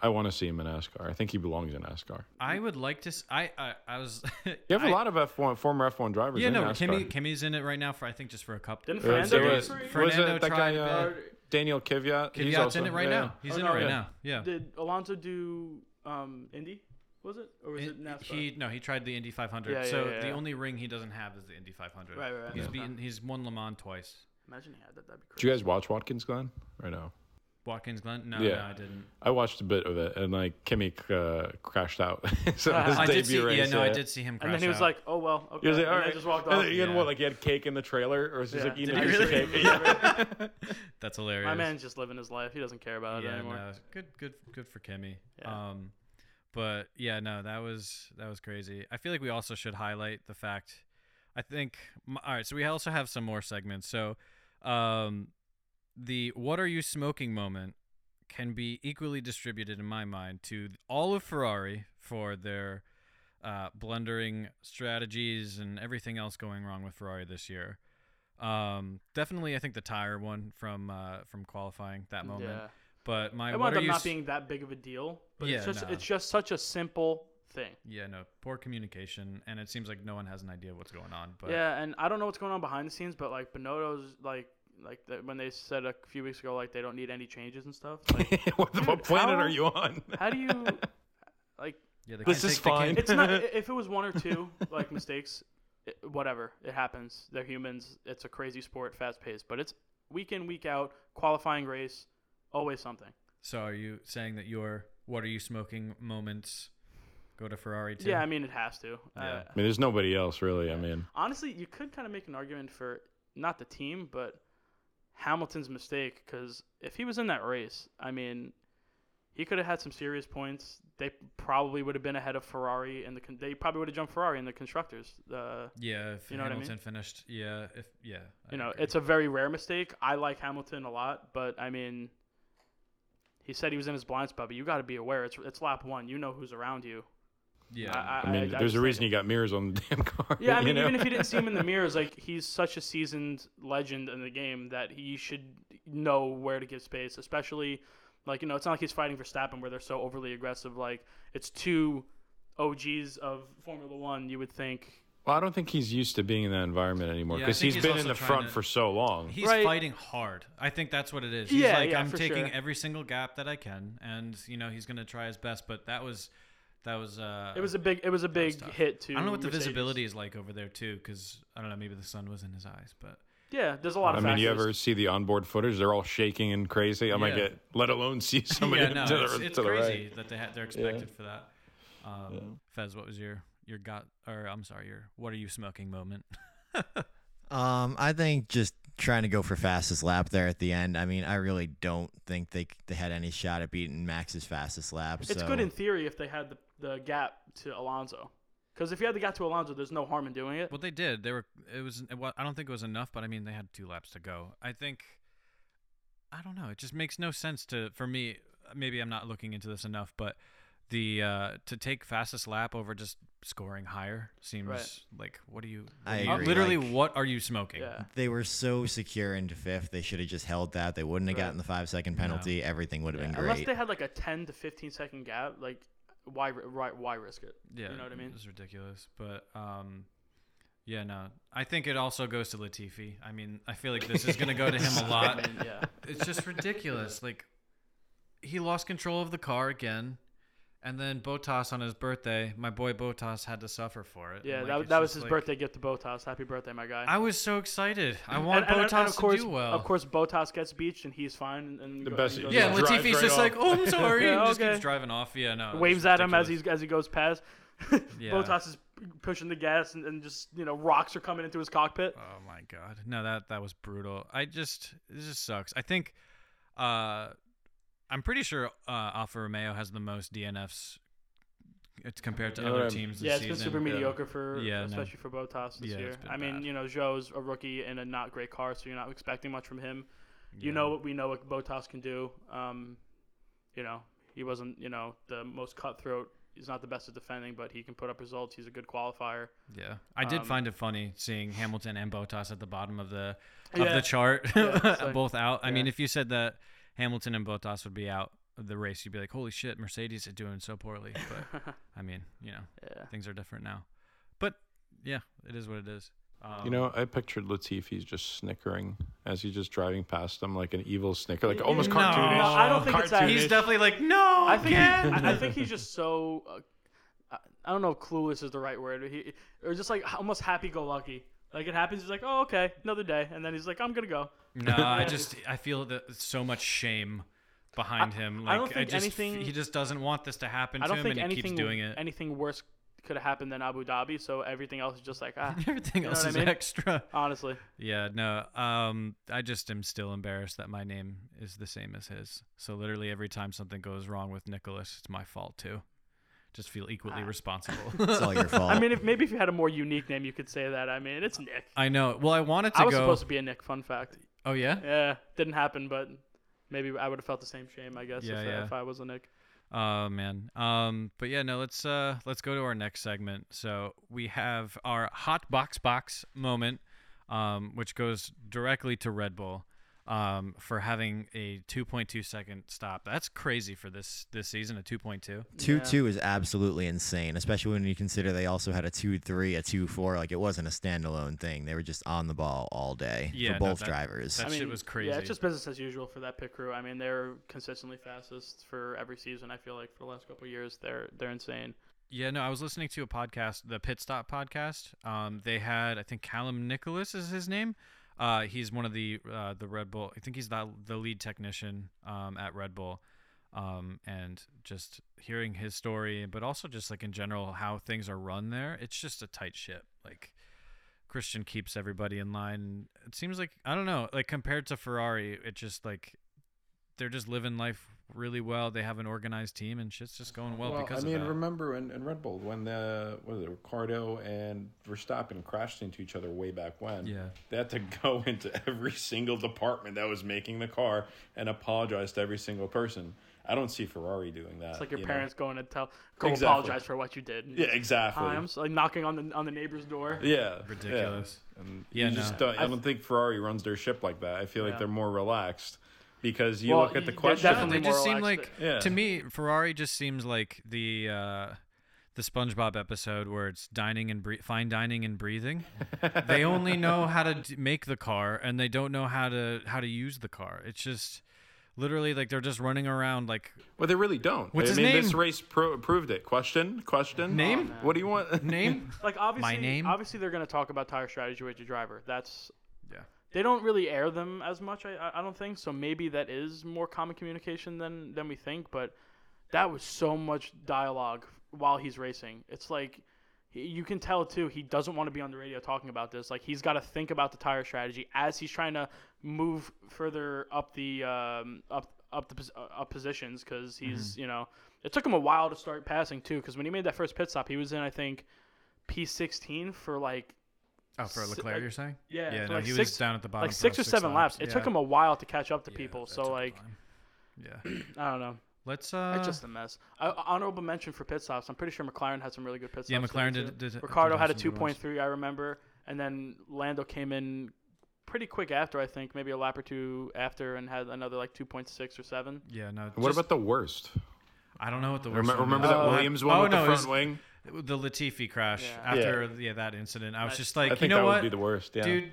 [SPEAKER 4] I want to see him in NASCAR. I think he belongs in NASCAR.
[SPEAKER 1] I would like to. s- I I, I was. <laughs>
[SPEAKER 4] You have a
[SPEAKER 1] I-
[SPEAKER 4] lot of F1 former F1 drivers.
[SPEAKER 1] Yeah,
[SPEAKER 4] in
[SPEAKER 1] no, Kimmy
[SPEAKER 4] NASCAR.
[SPEAKER 1] Kimmy's in it right now for I think just for a cup.
[SPEAKER 2] Didn't
[SPEAKER 4] Uh,
[SPEAKER 2] Fernando
[SPEAKER 4] there
[SPEAKER 2] get
[SPEAKER 4] was-
[SPEAKER 2] free?
[SPEAKER 4] was
[SPEAKER 1] Fernando
[SPEAKER 4] it that
[SPEAKER 1] tried
[SPEAKER 4] guy,
[SPEAKER 1] to
[SPEAKER 4] uh,
[SPEAKER 1] bet.
[SPEAKER 4] Daniel Kvyat? He's
[SPEAKER 1] Kvyat's
[SPEAKER 4] also-
[SPEAKER 1] in it right
[SPEAKER 4] yeah.
[SPEAKER 1] now. He's
[SPEAKER 2] Oh,
[SPEAKER 1] in
[SPEAKER 2] no,
[SPEAKER 1] it right
[SPEAKER 4] yeah.
[SPEAKER 1] now. Yeah.
[SPEAKER 2] Did Alonso do um, Indy? Was it or was it,
[SPEAKER 1] It-
[SPEAKER 2] NASCAR?
[SPEAKER 1] He no, he tried the Indy 500.
[SPEAKER 2] Yeah, yeah,
[SPEAKER 1] so
[SPEAKER 2] yeah,
[SPEAKER 1] the
[SPEAKER 2] yeah.
[SPEAKER 1] only ring he doesn't have is the Indy 500.
[SPEAKER 2] Right, right, right.
[SPEAKER 1] He's
[SPEAKER 2] Okay.
[SPEAKER 1] beaten. He's won Le Mans twice.
[SPEAKER 2] Imagine he had that. That'd be
[SPEAKER 4] Did you
[SPEAKER 2] crazy.
[SPEAKER 4] guys watch Watkins Glen? Right now.
[SPEAKER 1] Watkins Glen. No,
[SPEAKER 4] Yeah.
[SPEAKER 1] no, I didn't.
[SPEAKER 4] I watched a bit of it, and like Kimmy uh, crashed out. <laughs> so his
[SPEAKER 1] Uh, I
[SPEAKER 4] debut
[SPEAKER 1] did see.
[SPEAKER 4] race,
[SPEAKER 1] yeah, no, I
[SPEAKER 4] yeah.
[SPEAKER 1] did see him. Crash
[SPEAKER 2] and then he was
[SPEAKER 1] out.
[SPEAKER 2] like, "Oh well, okay."
[SPEAKER 4] He was like, all
[SPEAKER 2] and
[SPEAKER 4] right.
[SPEAKER 2] then just
[SPEAKER 4] <laughs>
[SPEAKER 2] walked
[SPEAKER 4] And
[SPEAKER 2] off.
[SPEAKER 4] then he had
[SPEAKER 1] Yeah.
[SPEAKER 4] what, like he had cake in the trailer, or was he
[SPEAKER 2] Yeah.
[SPEAKER 4] just like
[SPEAKER 2] Did
[SPEAKER 1] he
[SPEAKER 4] eating a piece of
[SPEAKER 1] really?
[SPEAKER 2] <laughs>
[SPEAKER 4] cake? <laughs> Yeah.
[SPEAKER 1] <laughs> "That's hilarious."
[SPEAKER 2] My man's just living his life. He doesn't care about it
[SPEAKER 1] yeah,
[SPEAKER 2] anymore.
[SPEAKER 1] no, good, good, good for Kimmy.
[SPEAKER 2] Yeah.
[SPEAKER 1] Um, but yeah, no, that was that was crazy. I feel like we also should highlight the fact. I think m- all right, so we also have some more segments. So, um, the "What are you smoking?" moment can be equally distributed in my mind to all of Ferrari for their uh, blundering strategies and everything else going wrong with Ferrari this year. Um, definitely, I think the tire one from uh, from qualifying that moment.
[SPEAKER 2] Yeah,
[SPEAKER 1] But my
[SPEAKER 2] I
[SPEAKER 1] what
[SPEAKER 2] wound
[SPEAKER 1] are
[SPEAKER 2] up
[SPEAKER 1] you?
[SPEAKER 2] not
[SPEAKER 1] s-
[SPEAKER 2] being that big of a deal, but it's
[SPEAKER 1] Yeah,
[SPEAKER 2] just
[SPEAKER 1] nah.
[SPEAKER 2] it's just such a simple thing.
[SPEAKER 1] yeah, no, poor communication, and it seems like no one has an idea what's going on. But
[SPEAKER 2] Yeah, and I don't know what's going on behind the scenes, but like Bonotto's like like that when they said a few weeks ago like they don't need any changes and stuff. Like,
[SPEAKER 1] <laughs>
[SPEAKER 4] what, the- what
[SPEAKER 2] Dude,
[SPEAKER 4] planet
[SPEAKER 2] how-
[SPEAKER 4] are you on? <laughs>
[SPEAKER 2] how do you like?
[SPEAKER 1] yeah, they
[SPEAKER 4] This
[SPEAKER 1] can't
[SPEAKER 4] is
[SPEAKER 1] take- they can't-
[SPEAKER 4] fine.
[SPEAKER 2] It's not i- if it was one or two like mistakes, it, whatever it happens. They're humans. It's a crazy sport, fast paced, but it's week in week out qualifying race, always something.
[SPEAKER 1] So are you saying that your what are you smoking moments go to Ferrari too?
[SPEAKER 2] Yeah, I mean it has to. Uh,
[SPEAKER 1] Yeah.
[SPEAKER 4] I mean, there's nobody else really. I mean,
[SPEAKER 2] honestly, you could kind of make an argument for not the team, but Hamilton's mistake because if he was in that race, I mean, he could have had some serious points. They probably would have been ahead of Ferrari, and the con- they probably would have jumped Ferrari in the constructors. Uh,
[SPEAKER 1] yeah. If
[SPEAKER 2] You know what I mean?
[SPEAKER 1] Hamilton finished, yeah, if yeah, I
[SPEAKER 2] you know,
[SPEAKER 1] agree.
[SPEAKER 2] it's a very rare mistake. I like Hamilton a lot, but I mean, he said he was in his blind spot, but you got to be aware. It's it's lap one. You know who's around you.
[SPEAKER 1] yeah.
[SPEAKER 2] I-
[SPEAKER 4] I mean, there's
[SPEAKER 2] just
[SPEAKER 4] a
[SPEAKER 2] think
[SPEAKER 4] reason
[SPEAKER 2] it-
[SPEAKER 4] you got mirrors on the <laughs> damn car.
[SPEAKER 2] Yeah, I mean,
[SPEAKER 4] you know?
[SPEAKER 2] even if you didn't see him in
[SPEAKER 4] <laughs>
[SPEAKER 2] the mirrors, like he's such a seasoned legend in the game that he should know where to give space, especially like you know, it's not like he's fighting for Stappen where they're so overly aggressive. Like it's two OGs of Formula One, you would think.
[SPEAKER 4] Well, I don't think he's used to being in that environment anymore
[SPEAKER 1] Yeah, I
[SPEAKER 4] because
[SPEAKER 1] think
[SPEAKER 4] he's
[SPEAKER 1] he's
[SPEAKER 4] been
[SPEAKER 1] also
[SPEAKER 4] in the
[SPEAKER 1] trying
[SPEAKER 4] front
[SPEAKER 1] to-
[SPEAKER 4] for so long.
[SPEAKER 1] He's
[SPEAKER 2] Right.
[SPEAKER 1] fighting hard. I think that's what it is. He's
[SPEAKER 2] Yeah,
[SPEAKER 1] like,
[SPEAKER 2] yeah,
[SPEAKER 1] I'm
[SPEAKER 2] for
[SPEAKER 1] taking
[SPEAKER 2] sure.
[SPEAKER 1] every single gap that I can, and you know he's gonna try his best. But that was, that was. Uh,
[SPEAKER 2] It was a big, it was a
[SPEAKER 1] was
[SPEAKER 2] big
[SPEAKER 1] tough.
[SPEAKER 2] hit to.
[SPEAKER 1] I don't know what the
[SPEAKER 2] Mercedes.
[SPEAKER 1] visibility is like over there too, because I don't know. Maybe the sun was in his eyes, but
[SPEAKER 2] Yeah, there's a lot
[SPEAKER 4] I
[SPEAKER 2] of.
[SPEAKER 4] mean, you
[SPEAKER 2] factors.
[SPEAKER 4] ever see the onboard footage? They're all shaking and crazy. I might
[SPEAKER 1] Yeah.
[SPEAKER 4] get, let alone see <laughs> somebody
[SPEAKER 1] yeah, no,
[SPEAKER 4] to,
[SPEAKER 1] it's,
[SPEAKER 4] the,
[SPEAKER 1] it's
[SPEAKER 4] to the
[SPEAKER 1] crazy
[SPEAKER 4] right.
[SPEAKER 1] that they ha- they're expected for that. Um, Fez, what was your your got or I'm sorry, your what are you smoking moment? <laughs>
[SPEAKER 3] Um, I think just trying to go for fastest lap there at the end. I mean, I really don't think they they had any shot at beating Max's fastest lap.
[SPEAKER 2] It's
[SPEAKER 3] so-
[SPEAKER 2] good in theory if they had the, the gap to Alonso. Because if you had the gap to Alonso, there's no harm in doing it.
[SPEAKER 1] Well, they did. They were. It was. It wa- I don't think it was enough, but I mean, they had two laps to go. I think. I don't know. It just makes no sense to for me. Maybe I'm not looking into this enough, but the uh, to take fastest lap over just scoring higher seems
[SPEAKER 2] Right.
[SPEAKER 1] like what do you?
[SPEAKER 3] I
[SPEAKER 1] Uh,
[SPEAKER 3] agree,
[SPEAKER 1] literally,
[SPEAKER 3] like-
[SPEAKER 1] what are you smoking?
[SPEAKER 2] Yeah.
[SPEAKER 3] They were so secure into fifth. They should have just held that. They wouldn't have
[SPEAKER 2] Right.
[SPEAKER 3] gotten the five second penalty. Everything would have been
[SPEAKER 2] Unless
[SPEAKER 3] great.
[SPEAKER 2] they had like a 10 to 15 second gap, like why why, why risk it?
[SPEAKER 1] Yeah,
[SPEAKER 2] You know what I mean?
[SPEAKER 1] It's ridiculous, but um, yeah, no. I think it also goes to Latifi. I mean, I feel like this is gonna go to him a
[SPEAKER 2] I
[SPEAKER 1] lot.
[SPEAKER 2] mean,
[SPEAKER 1] <laughs>
[SPEAKER 2] yeah.
[SPEAKER 1] it's just ridiculous. Like he lost control of the car again, and then Botas on his birthday, my boy Botas had to suffer for it.
[SPEAKER 2] Yeah,
[SPEAKER 1] Like,
[SPEAKER 2] that,
[SPEAKER 1] it's
[SPEAKER 2] that was
[SPEAKER 1] just
[SPEAKER 2] his
[SPEAKER 1] like-
[SPEAKER 2] birthday gift to Botas. Happy birthday, my guy.
[SPEAKER 1] I was so excited. I want
[SPEAKER 2] and,
[SPEAKER 1] Botas
[SPEAKER 2] and of course,
[SPEAKER 1] to do well.
[SPEAKER 2] Of course, Botas gets beached and he's fine. And
[SPEAKER 4] The
[SPEAKER 2] go-
[SPEAKER 4] best-
[SPEAKER 2] and goes
[SPEAKER 1] Yeah,
[SPEAKER 2] on.
[SPEAKER 1] and
[SPEAKER 4] Just drives
[SPEAKER 1] Latifi's
[SPEAKER 4] right
[SPEAKER 1] just
[SPEAKER 4] off.
[SPEAKER 1] like, oh, I'm
[SPEAKER 2] <laughs>
[SPEAKER 1] sorry,
[SPEAKER 2] Yeah,
[SPEAKER 1] and just
[SPEAKER 2] okay.
[SPEAKER 1] keeps driving off. Yeah, no. it's
[SPEAKER 2] waves at him as
[SPEAKER 1] ridiculous.
[SPEAKER 2] he's as he goes past. <laughs>
[SPEAKER 1] Yeah.
[SPEAKER 2] Botas is pushing the gas and, and just you know rocks are coming into his cockpit.
[SPEAKER 1] Oh my god. No, that that was brutal. I just this just sucks. I think uh I'm pretty sure uh Alfa Romeo has the most DNFs it's uh, compared to
[SPEAKER 4] Yeah,
[SPEAKER 1] other
[SPEAKER 4] I'm-
[SPEAKER 1] teams this
[SPEAKER 2] Yeah, it's
[SPEAKER 1] season.
[SPEAKER 2] been super mediocre for
[SPEAKER 1] Yeah, no.
[SPEAKER 2] especially for Botas this
[SPEAKER 1] Yeah,
[SPEAKER 2] year.
[SPEAKER 1] it's been
[SPEAKER 2] I mean,
[SPEAKER 1] bad.
[SPEAKER 2] you know, Joe's a rookie in a not great car, so you're not expecting much from him. You
[SPEAKER 1] Yeah.
[SPEAKER 2] know what we know what Botas can do. Um, you know, he wasn't, you know, the most cutthroat. He's not the best at defending, but he can put up results. He's a good qualifier.
[SPEAKER 1] Yeah, I did
[SPEAKER 2] Um,
[SPEAKER 1] find it funny seeing Hamilton and Botas at the bottom of the of
[SPEAKER 2] Yeah.
[SPEAKER 1] the chart,
[SPEAKER 2] <laughs>
[SPEAKER 1] <laughs>
[SPEAKER 2] Yeah, it's like-
[SPEAKER 1] both out. I mean,
[SPEAKER 2] yeah.
[SPEAKER 1] if you said that Hamilton and Botas would be out of the race, you'd be like, "Holy shit, Mercedes is doing so
[SPEAKER 2] <laughs>
[SPEAKER 1] poorly." But I mean, you know,
[SPEAKER 2] Yeah.
[SPEAKER 1] things are different now. But yeah, it is what it is. Um,
[SPEAKER 4] You know, I pictured Latifi's just snickering as he's just driving past them like an evil snicker, like almost
[SPEAKER 1] No.
[SPEAKER 4] cartoonish.
[SPEAKER 2] No, I don't think it's that.
[SPEAKER 1] he's definitely like, "No, <laughs>
[SPEAKER 2] I think he,
[SPEAKER 1] again!"
[SPEAKER 2] <laughs> I, I think he's just so. Uh, I- I don't know if clueless is the right word. but He or just like almost happy go lucky. Like it happens, he's like, "Oh, okay, another day," and then he's like, "I'm gonna go."
[SPEAKER 1] No, I just I feel that so much shame behind him. Like
[SPEAKER 2] I don't think
[SPEAKER 1] just,
[SPEAKER 2] anything-
[SPEAKER 1] He just doesn't want this to happen
[SPEAKER 2] I
[SPEAKER 1] to
[SPEAKER 2] don't
[SPEAKER 1] him,
[SPEAKER 2] think
[SPEAKER 1] and he
[SPEAKER 2] anything
[SPEAKER 1] keeps doing <laughs> it.
[SPEAKER 2] anything worse could have happened than Abu Dhabi. So everything else is just like
[SPEAKER 1] <laughs>
[SPEAKER 2] ah.
[SPEAKER 1] Everything
[SPEAKER 2] know
[SPEAKER 1] else
[SPEAKER 2] what I
[SPEAKER 1] is
[SPEAKER 2] mean?
[SPEAKER 1] extra.
[SPEAKER 2] honestly,
[SPEAKER 1] Yeah, no. Um, I just am still embarrassed that my name is the same as his. So literally every time something goes wrong with Nicholas, it's my fault too. Just feel
[SPEAKER 2] Ah.
[SPEAKER 1] equally responsible. <laughs>
[SPEAKER 3] it's
[SPEAKER 2] <laughs>
[SPEAKER 3] all your fault.
[SPEAKER 2] I mean, if maybe if you had a more unique name, you could say that. I mean, it's Nick.
[SPEAKER 1] I know. Well, I wanted to
[SPEAKER 2] I was
[SPEAKER 1] go.
[SPEAKER 2] supposed to be a Nick. Fun fact.
[SPEAKER 1] Oh yeah.
[SPEAKER 2] Yeah, didn't happen, but maybe I would have felt the same shame. I guess
[SPEAKER 1] Yeah,
[SPEAKER 2] if, uh,
[SPEAKER 1] yeah.
[SPEAKER 2] if I was a Nick.
[SPEAKER 1] Oh man. Um, but yeah, no. Let's uh, let's go to our next segment. So we have our hot box box moment, um, which goes directly to Red Bull, um, for having a 2.2 second stop. That's crazy for this this season. A 2.2.
[SPEAKER 3] Two two is absolutely insane, especially when you consider they also had a two three, a two four. Like it wasn't a standalone thing. They were just on the ball all day
[SPEAKER 1] Yeah, no,
[SPEAKER 3] for both
[SPEAKER 1] that-
[SPEAKER 3] drivers.
[SPEAKER 1] that-
[SPEAKER 2] I mean,
[SPEAKER 1] shit was
[SPEAKER 2] Yeah,
[SPEAKER 1] crazy.
[SPEAKER 2] it's just business as usual for that pit crew. I mean, they're consistently fastest for every season. I feel like for the last couple of years, they're they're insane.
[SPEAKER 1] Yeah, no, I was listening to a podcast, the Pit Stop podcast. Um, they had, I think, Callum Nicholas is his name. Uh, he's one of the uh, the Red Bull. I think he's the the lead technician um, at Red Bull. Um, and just hearing his story, but also just like in general how things are run there, it's just a tight ship. Like Christian keeps everybody in line. It seems like I don't know, like compared to Ferrari, it just like they're just living life really well. They have an organized team, and shit's just going well,
[SPEAKER 4] Well,
[SPEAKER 1] because
[SPEAKER 4] I mean,
[SPEAKER 1] of that.
[SPEAKER 4] remember in, in Red Bull when the what is it, Ricardo and Verstappen crashed into each other way back when.
[SPEAKER 1] Yeah.
[SPEAKER 4] they had to go <laughs> into every single department that was making the car and apologize to every single person. I don't see Ferrari doing that.
[SPEAKER 2] It's like your
[SPEAKER 4] Uh, you know?
[SPEAKER 2] parents going to tell, go
[SPEAKER 4] Exactly.
[SPEAKER 2] apologize for what you did.
[SPEAKER 4] Yeah, exactly.
[SPEAKER 2] Hi, I'm s- like knocking on the on the neighbor's door.
[SPEAKER 4] yeah,
[SPEAKER 1] ridiculous.
[SPEAKER 4] Yeah, and
[SPEAKER 1] Yeah,
[SPEAKER 4] you
[SPEAKER 1] no.
[SPEAKER 4] just don't, I don't think Ferrari runs their ship like that. I feel like
[SPEAKER 2] Yeah.
[SPEAKER 4] they're more relaxed because you
[SPEAKER 2] Well,
[SPEAKER 4] look at
[SPEAKER 2] y-
[SPEAKER 4] the
[SPEAKER 2] they're
[SPEAKER 4] question.
[SPEAKER 1] No,
[SPEAKER 2] definitely
[SPEAKER 1] they just
[SPEAKER 2] more
[SPEAKER 1] seem
[SPEAKER 2] relaxed
[SPEAKER 1] like
[SPEAKER 4] than- Yeah.
[SPEAKER 1] to me Ferrari just seems like the uh, the SpongeBob episode where it's dining and bre- fine dining and
[SPEAKER 2] <laughs>
[SPEAKER 1] breathing. they only know how to d- make the car and they don't know how to how to use the car. It's just literally like they're just running around like
[SPEAKER 4] Well, they really don't.
[SPEAKER 1] What's
[SPEAKER 4] I
[SPEAKER 1] his
[SPEAKER 4] mean,
[SPEAKER 1] name?
[SPEAKER 4] this race pro- proved it. Question, question. Uh,
[SPEAKER 1] Name?
[SPEAKER 4] What do you want?
[SPEAKER 1] name.
[SPEAKER 2] Like obviously,
[SPEAKER 1] name?
[SPEAKER 2] obviously they're going to talk about tire strategy with your driver. That's
[SPEAKER 1] yeah.
[SPEAKER 2] They don't really air them as much. I- I I don't think so. Maybe that is more common communication than than we think. But that was so much dialogue while he's racing. It's like he- you can tell too he doesn't want to be on the radio talking about this. Like he's got to think about the tire strategy as he's trying to move further up the um, up up the pos- uh, up positions because he's
[SPEAKER 1] Mm-hmm.
[SPEAKER 2] you know it took him a while to start passing too because when he made that first pit stop he was in I think P16 for like
[SPEAKER 1] Oh, for
[SPEAKER 2] Si-
[SPEAKER 1] Leclerc,
[SPEAKER 2] like-
[SPEAKER 1] you're saying?
[SPEAKER 2] yeah,
[SPEAKER 1] Yeah,
[SPEAKER 2] for
[SPEAKER 1] no,
[SPEAKER 2] like
[SPEAKER 1] he
[SPEAKER 2] six-
[SPEAKER 1] was down at the bottom.
[SPEAKER 2] like
[SPEAKER 1] for
[SPEAKER 2] six or seven laps. It took
[SPEAKER 1] Yeah.
[SPEAKER 2] him a while to catch up to
[SPEAKER 1] Yeah,
[SPEAKER 2] people.
[SPEAKER 1] that took
[SPEAKER 2] So
[SPEAKER 1] a
[SPEAKER 2] like
[SPEAKER 1] time. yeah.
[SPEAKER 2] I don't know.
[SPEAKER 1] Let's uh
[SPEAKER 2] It's just a mess. Uh, honorable mention for pit stops. I'm pretty sure McLaren had some really good pit stops.
[SPEAKER 1] Yeah, McLaren
[SPEAKER 2] today,
[SPEAKER 1] did-
[SPEAKER 2] too.
[SPEAKER 1] did-
[SPEAKER 2] Ricardo
[SPEAKER 1] did
[SPEAKER 2] had a
[SPEAKER 1] have some good ones.
[SPEAKER 2] 2.3, I remember, and then Lando came in pretty quick after. I think maybe a lap or two after, and had another like 2.6 or seven.
[SPEAKER 1] yeah, no.
[SPEAKER 4] <laughs> What
[SPEAKER 1] just-
[SPEAKER 4] about the worst?
[SPEAKER 1] I don't know what the worst
[SPEAKER 4] Remember,
[SPEAKER 1] one
[SPEAKER 4] remember
[SPEAKER 1] is.
[SPEAKER 4] that
[SPEAKER 2] Uh,
[SPEAKER 4] Williams one
[SPEAKER 1] oh,
[SPEAKER 4] with
[SPEAKER 1] no,
[SPEAKER 4] the
[SPEAKER 1] it
[SPEAKER 4] front
[SPEAKER 1] was-
[SPEAKER 4] wing?
[SPEAKER 1] the Latifi crash
[SPEAKER 2] Yeah.
[SPEAKER 1] after yeah. that incident. I was just
[SPEAKER 4] I
[SPEAKER 1] like,
[SPEAKER 4] think
[SPEAKER 1] you know
[SPEAKER 4] that
[SPEAKER 1] what,
[SPEAKER 4] would be the worst. Yeah.
[SPEAKER 1] dude,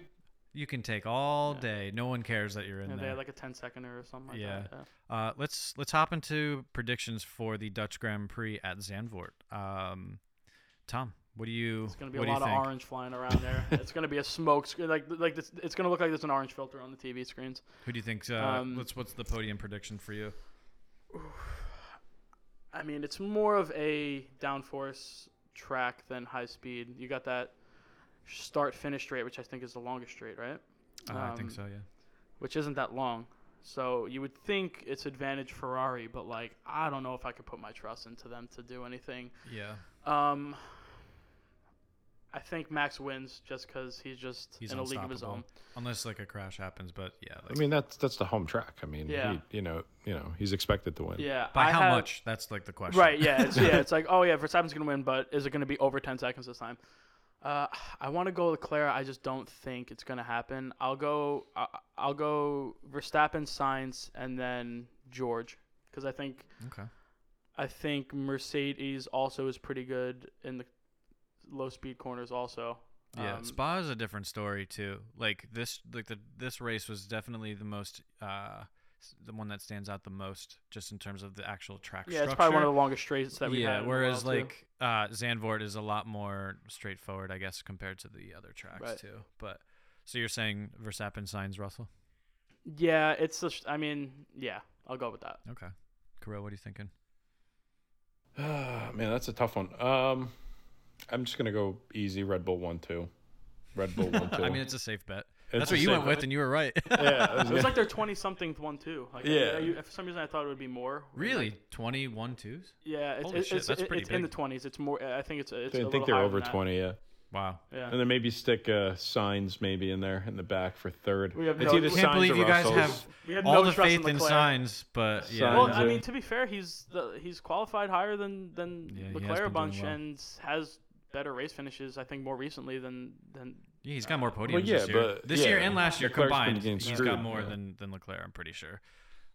[SPEAKER 1] you can take all day. No one cares that you're in
[SPEAKER 2] And they
[SPEAKER 1] there.
[SPEAKER 2] had like a 10 seconder or something like
[SPEAKER 1] Yeah.
[SPEAKER 2] that. Yeah.
[SPEAKER 1] uh, let's let's hop into predictions for the Dutch Grand Prix at Zandvoort. Um, Tom, what do you?
[SPEAKER 2] It's gonna be
[SPEAKER 1] what
[SPEAKER 2] a
[SPEAKER 1] do you
[SPEAKER 2] lot of
[SPEAKER 1] think?
[SPEAKER 2] orange flying around there.
[SPEAKER 1] <laughs>
[SPEAKER 2] it's gonna be a smoke screen. Like like this, it's gonna look like there's an orange filter on the TV screens.
[SPEAKER 1] Who do you think? Uh,
[SPEAKER 2] Um,
[SPEAKER 1] what's what's the podium prediction for you?
[SPEAKER 2] I mean, it's more of a downforce track than high speed. You got that start finish straight, which I think is the longest straight, right?
[SPEAKER 1] Uh, I
[SPEAKER 2] um,
[SPEAKER 1] think so. Yeah.
[SPEAKER 2] Which isn't that long. So you would think it's advantage Ferrari, but like I don't know if I could put my trust into them to do anything.
[SPEAKER 1] Yeah.
[SPEAKER 2] Um, I think Max wins just because he's just
[SPEAKER 1] He's
[SPEAKER 2] in a league of his
[SPEAKER 1] unstoppable.
[SPEAKER 2] own.
[SPEAKER 1] Unless like a crash happens, but yeah.
[SPEAKER 4] I
[SPEAKER 1] Like,
[SPEAKER 4] mean, that's that's the home track. I mean,
[SPEAKER 2] Yeah.
[SPEAKER 4] he, you know, you know, he's expected to win.
[SPEAKER 2] Yeah.
[SPEAKER 1] by
[SPEAKER 2] I
[SPEAKER 1] how
[SPEAKER 2] have-
[SPEAKER 1] much? That's like the question.
[SPEAKER 2] Right. Yeah.
[SPEAKER 1] <laughs>
[SPEAKER 2] It's, yeah. It's like, oh yeah, Verstappen's gonna win, but is it gonna be over ten seconds this time? Uh, I want to go with Leclerc. I just don't think it's gonna happen. I'll go. I, I'll go Verstappen, Signs, and then George, because I think
[SPEAKER 1] okay.
[SPEAKER 2] I think Mercedes also is pretty good in the low speed corners. Also.
[SPEAKER 1] Yeah,
[SPEAKER 2] Um,
[SPEAKER 1] Spa is a different story too. Like this, like the this race was definitely the most, uh, s- the one that stands out the most, just in terms of the actual track.
[SPEAKER 2] Yeah,
[SPEAKER 1] structure.
[SPEAKER 2] it's probably one of the longest straights that we
[SPEAKER 1] yeah.
[SPEAKER 2] had. in a
[SPEAKER 1] whereas
[SPEAKER 2] while, too.
[SPEAKER 1] like uh, Zandvoort is a lot more straightforward, I guess, compared to the other tracks
[SPEAKER 2] Right.
[SPEAKER 1] too. But so you're saying Verstappen signs Russell?
[SPEAKER 2] Yeah, it's. Just, I mean, yeah, I'll go with that.
[SPEAKER 1] Okay, Kirill, what are you thinking?
[SPEAKER 4] Ah, man, that's a tough one. Um, I'm just gonna go easy. Red Bull one two. Red Bull
[SPEAKER 1] <laughs>
[SPEAKER 4] one two.
[SPEAKER 1] I mean, it's a safe bet.
[SPEAKER 4] It's
[SPEAKER 1] That's
[SPEAKER 4] a
[SPEAKER 1] what you
[SPEAKER 4] safe
[SPEAKER 1] went with,
[SPEAKER 4] bet.
[SPEAKER 1] and you were right.
[SPEAKER 4] <laughs>
[SPEAKER 1] <laughs>
[SPEAKER 4] yeah, I was
[SPEAKER 2] It was
[SPEAKER 4] gonna-
[SPEAKER 2] like their twenty something one too. Like,
[SPEAKER 4] Yeah.
[SPEAKER 2] I- I- for some reason, I thought it would be more.
[SPEAKER 1] really, twenty-one twos?
[SPEAKER 2] Yeah, it's,
[SPEAKER 1] Holy
[SPEAKER 2] it's,
[SPEAKER 1] shit,
[SPEAKER 2] it's,
[SPEAKER 1] that's pretty
[SPEAKER 2] it's in the
[SPEAKER 1] big.
[SPEAKER 2] twenties. It's more. I think it's. it's a
[SPEAKER 4] I
[SPEAKER 2] little
[SPEAKER 4] think they're
[SPEAKER 2] higher
[SPEAKER 4] over
[SPEAKER 2] than that.
[SPEAKER 4] twenty. Yeah.
[SPEAKER 1] Wow.
[SPEAKER 2] Yeah.
[SPEAKER 4] And then maybe stick uh, signs maybe in there in the back for third.
[SPEAKER 2] We have
[SPEAKER 4] it's
[SPEAKER 2] no-
[SPEAKER 4] either
[SPEAKER 2] Can't
[SPEAKER 1] Can't
[SPEAKER 4] signs
[SPEAKER 1] believe
[SPEAKER 4] or
[SPEAKER 1] you guys
[SPEAKER 4] Russells.
[SPEAKER 1] have
[SPEAKER 2] We had
[SPEAKER 1] all
[SPEAKER 2] no
[SPEAKER 1] the
[SPEAKER 2] trust
[SPEAKER 1] faith in
[SPEAKER 2] Leclerc.
[SPEAKER 1] signs, but yeah.
[SPEAKER 4] Signs
[SPEAKER 2] Well,
[SPEAKER 4] Signs
[SPEAKER 2] I
[SPEAKER 4] are-
[SPEAKER 2] mean, to be fair, he's the, he's qualified higher than than
[SPEAKER 1] Yeah, he has
[SPEAKER 2] Leclerc a
[SPEAKER 1] been doing
[SPEAKER 2] bunch
[SPEAKER 1] well.
[SPEAKER 2] and has better race finishes. I think more recently than than.
[SPEAKER 1] Yeah, he's got more podiums
[SPEAKER 4] Well, yeah,
[SPEAKER 1] this year.
[SPEAKER 4] but-
[SPEAKER 1] this year
[SPEAKER 4] yeah,
[SPEAKER 1] and last year
[SPEAKER 4] Leclerc's been
[SPEAKER 1] combined,
[SPEAKER 4] getting
[SPEAKER 1] he's
[SPEAKER 4] screwed,
[SPEAKER 1] got more
[SPEAKER 4] yeah.
[SPEAKER 1] than than Leclerc. I'm pretty sure.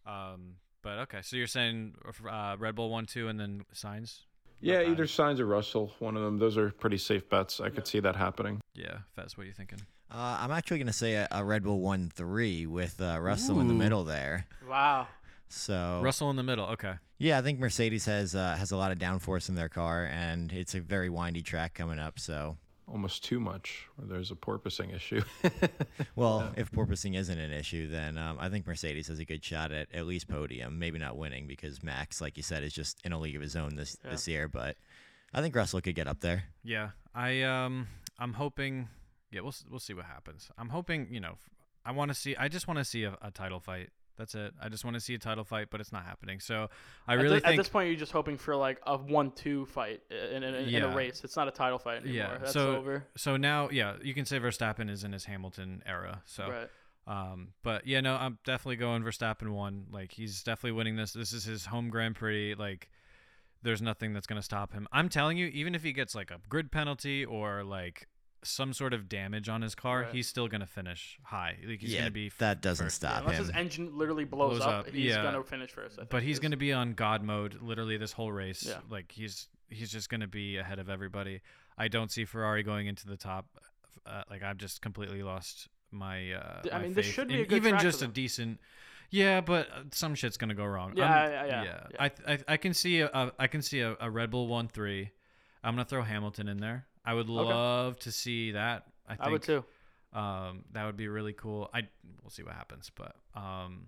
[SPEAKER 1] Um, but okay, so you're saying uh, Red Bull one two and then signs.
[SPEAKER 4] Yeah,
[SPEAKER 1] Okay.
[SPEAKER 4] either signs or Russell. One of them. Those are pretty safe bets. I could see that happening.
[SPEAKER 1] Yeah, Fez, what are you thinking?
[SPEAKER 3] Uh, I'm actually going to say a, a Red Bull 1 3 with uh, Russell in the
[SPEAKER 1] Ooh.
[SPEAKER 3] middle there.
[SPEAKER 2] Wow.
[SPEAKER 3] So,
[SPEAKER 4] Oh.
[SPEAKER 1] Russell in the middle. Okay,
[SPEAKER 3] yeah, I think Mercedes has uh, has a lot of downforce in their car, and it's a very windy track coming up. So,
[SPEAKER 4] Almost too much. Or there's a porpoising issue. <laughs>
[SPEAKER 3] well, if porpoising isn't an issue, then um, I think Mercedes has a good shot at at least podium. Maybe not winning because Max, like you said, is just in a league of his own this,
[SPEAKER 2] Yeah.
[SPEAKER 3] this year, but I think Russell could get up there.
[SPEAKER 1] yeah, I um, I'm hoping. Yeah, we'll s- we'll see what happens. I'm hoping you know, f- I want to see. I just want to see a, a title fight. That's it. I just want to see a title fight, but it's not happening. So I really
[SPEAKER 2] at, thi-
[SPEAKER 1] think
[SPEAKER 2] at this point you're just hoping for like a one-two fight in, in, in, in
[SPEAKER 1] Yeah.
[SPEAKER 2] a race. It's not a title fight anymore.
[SPEAKER 1] Yeah,
[SPEAKER 2] That's
[SPEAKER 1] so-
[SPEAKER 2] over.
[SPEAKER 1] So now, yeah, you can say Verstappen is in his Hamilton era. So,
[SPEAKER 2] Right.
[SPEAKER 1] um, but yeah, no, I'm definitely going Verstappen one. Like he's definitely winning this. This is his home Grand Prix. Like there's nothing that's gonna stop him. I'm telling you, even if he gets like a grid penalty or like some sort of damage on his car,
[SPEAKER 2] Right.
[SPEAKER 1] he's still gonna finish high. Like he's
[SPEAKER 3] yeah,
[SPEAKER 1] gonna be. f-
[SPEAKER 3] that doesn't
[SPEAKER 1] first.
[SPEAKER 3] stop
[SPEAKER 2] Unless
[SPEAKER 3] him.
[SPEAKER 2] his engine literally blows,
[SPEAKER 1] Ah, Blows up,
[SPEAKER 2] up, he's
[SPEAKER 1] yeah.
[SPEAKER 2] gonna finish first. I think,
[SPEAKER 1] but he's
[SPEAKER 2] is-
[SPEAKER 1] gonna be on God mode literally this whole race.
[SPEAKER 2] Yeah.
[SPEAKER 1] Like he's he's just gonna be ahead of everybody. I don't see Ferrari going into the top. Uh, like I've just completely lost my. Uh,
[SPEAKER 2] Th- I
[SPEAKER 1] my
[SPEAKER 2] mean, this
[SPEAKER 1] faith
[SPEAKER 2] should be
[SPEAKER 1] in
[SPEAKER 2] a good
[SPEAKER 1] even
[SPEAKER 2] track for
[SPEAKER 1] just a
[SPEAKER 2] them.
[SPEAKER 1] decent. Yeah, but uh, some shit's gonna go wrong.
[SPEAKER 2] Yeah,
[SPEAKER 1] I'm-
[SPEAKER 2] I- I- yeah, yeah.
[SPEAKER 1] I, th- I th- I can see a, a I can see a, a Red Bull one three. I'm gonna throw Hamilton in there. I would love to see that. I, think,
[SPEAKER 2] I would too.
[SPEAKER 1] Um, that would be really cool. I we'll see what happens, but um,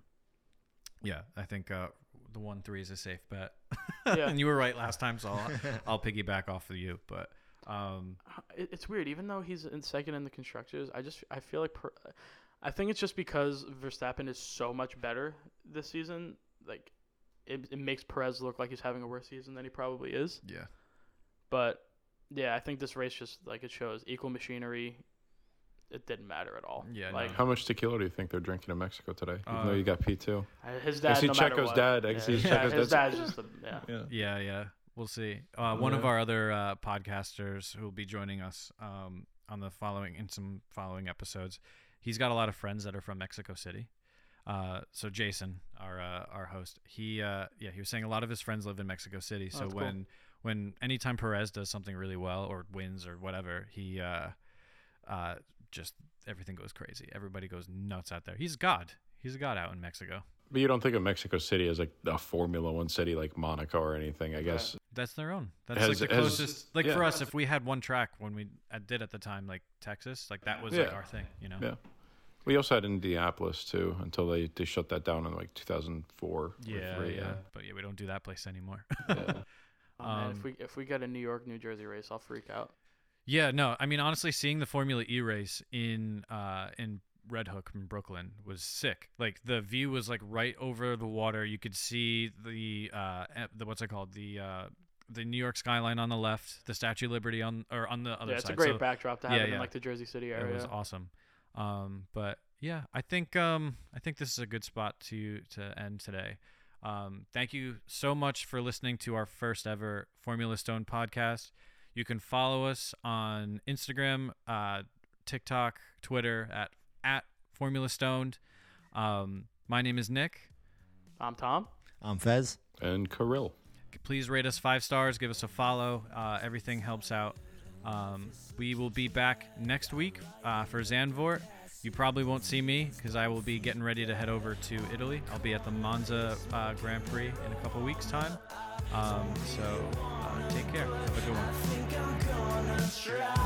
[SPEAKER 1] yeah, I think uh, the one three is a safe bet. <laughs>
[SPEAKER 2] Yeah.
[SPEAKER 1] and you were right last time, so I'll, I'll piggyback off of you. But um,
[SPEAKER 2] It- it's weird. Even though he's in second in the constructors, I just I feel like per, I think it's just because Verstappen is so much better this season. Like it, it makes Perez look like he's having a worse season than he probably is.
[SPEAKER 1] yeah,
[SPEAKER 2] But yeah, I think this race just like it shows equal machinery. It didn't matter at all.
[SPEAKER 1] Yeah,
[SPEAKER 2] like
[SPEAKER 4] How much tequila do you think they're drinking in Mexico today? Even though
[SPEAKER 1] Uh,
[SPEAKER 4] you got P2.
[SPEAKER 2] I- his
[SPEAKER 4] I
[SPEAKER 2] dad.
[SPEAKER 4] see
[SPEAKER 2] no matter
[SPEAKER 4] Checo's
[SPEAKER 2] what.
[SPEAKER 4] dad. I can
[SPEAKER 2] yeah,
[SPEAKER 4] see
[SPEAKER 2] his,
[SPEAKER 4] Checo's
[SPEAKER 2] dad, his
[SPEAKER 4] dad's-
[SPEAKER 2] dad's just a, yeah.
[SPEAKER 1] yeah, yeah. We'll see. Uh, one of
[SPEAKER 4] Yeah.
[SPEAKER 1] our other uh, podcasters who will be joining us um, on the following in some following episodes, he's got a lot of friends that are from Mexico City. Uh, so Jason, our uh, our host, he uh, yeah, he was saying a lot of his friends live in Mexico City. So
[SPEAKER 2] that's cool.
[SPEAKER 1] when when anytime Perez does something really well or wins or whatever, he uh, uh, just everything goes crazy. Everybody goes nuts out there. He's god. He's a god out in Mexico.
[SPEAKER 4] But you don't think of Mexico City as like a Formula One city like Monaco or anything, I guess.
[SPEAKER 1] That's their own. That's
[SPEAKER 4] Has-
[SPEAKER 1] like the
[SPEAKER 4] has-
[SPEAKER 1] closest. like
[SPEAKER 4] yeah.
[SPEAKER 1] for us, if we had one track when we I did at the time, like Texas, like that was like
[SPEAKER 4] Yeah.
[SPEAKER 1] our thing, you know.
[SPEAKER 4] Yeah. We also had Indianapolis too until they, they shut that down in like 2004. or
[SPEAKER 1] Yeah,
[SPEAKER 4] three,
[SPEAKER 1] yeah. But yeah, we don't do that place anymore. <laughs>
[SPEAKER 2] Oh, man,
[SPEAKER 1] Um,
[SPEAKER 2] if we if we get a New York New Jersey race, I'll freak out.
[SPEAKER 1] yeah, no. I mean, honestly, seeing the Formula E race in uh in Red Hook in Brooklyn was sick. Like the view was like right over the water. You could see the uh eh, the what's it called the uh the New York skyline on the left, the Statue of Liberty on or on the other
[SPEAKER 2] yeah, it's
[SPEAKER 1] side.
[SPEAKER 2] a great
[SPEAKER 1] So-
[SPEAKER 2] backdrop to
[SPEAKER 1] yeah,
[SPEAKER 2] have it
[SPEAKER 1] yeah.
[SPEAKER 2] in like the Jersey City area.
[SPEAKER 1] It was awesome. Um, but yeah, I think um, I think this is a good spot to to end today. Um, thank you so much for listening to our first ever Formula Stone podcast. You can follow us on Instagram, uh, TikTok, Twitter at at Formula Stoned. Um, my name is Nick.
[SPEAKER 2] I'm Tom.
[SPEAKER 3] Um, Fez.
[SPEAKER 4] And Kirill.
[SPEAKER 1] Please rate us five stars. Give us a follow. Uh, everything helps out. Um, we will be back next week uh, for Zanvort. You probably won't see me because I will be getting ready to head over to Italy. I'll be at the Monza uh, Grand Prix in a couple weeks' time. Um, so uh, take care. Have a good one.
[SPEAKER 5] think I'm gonna try.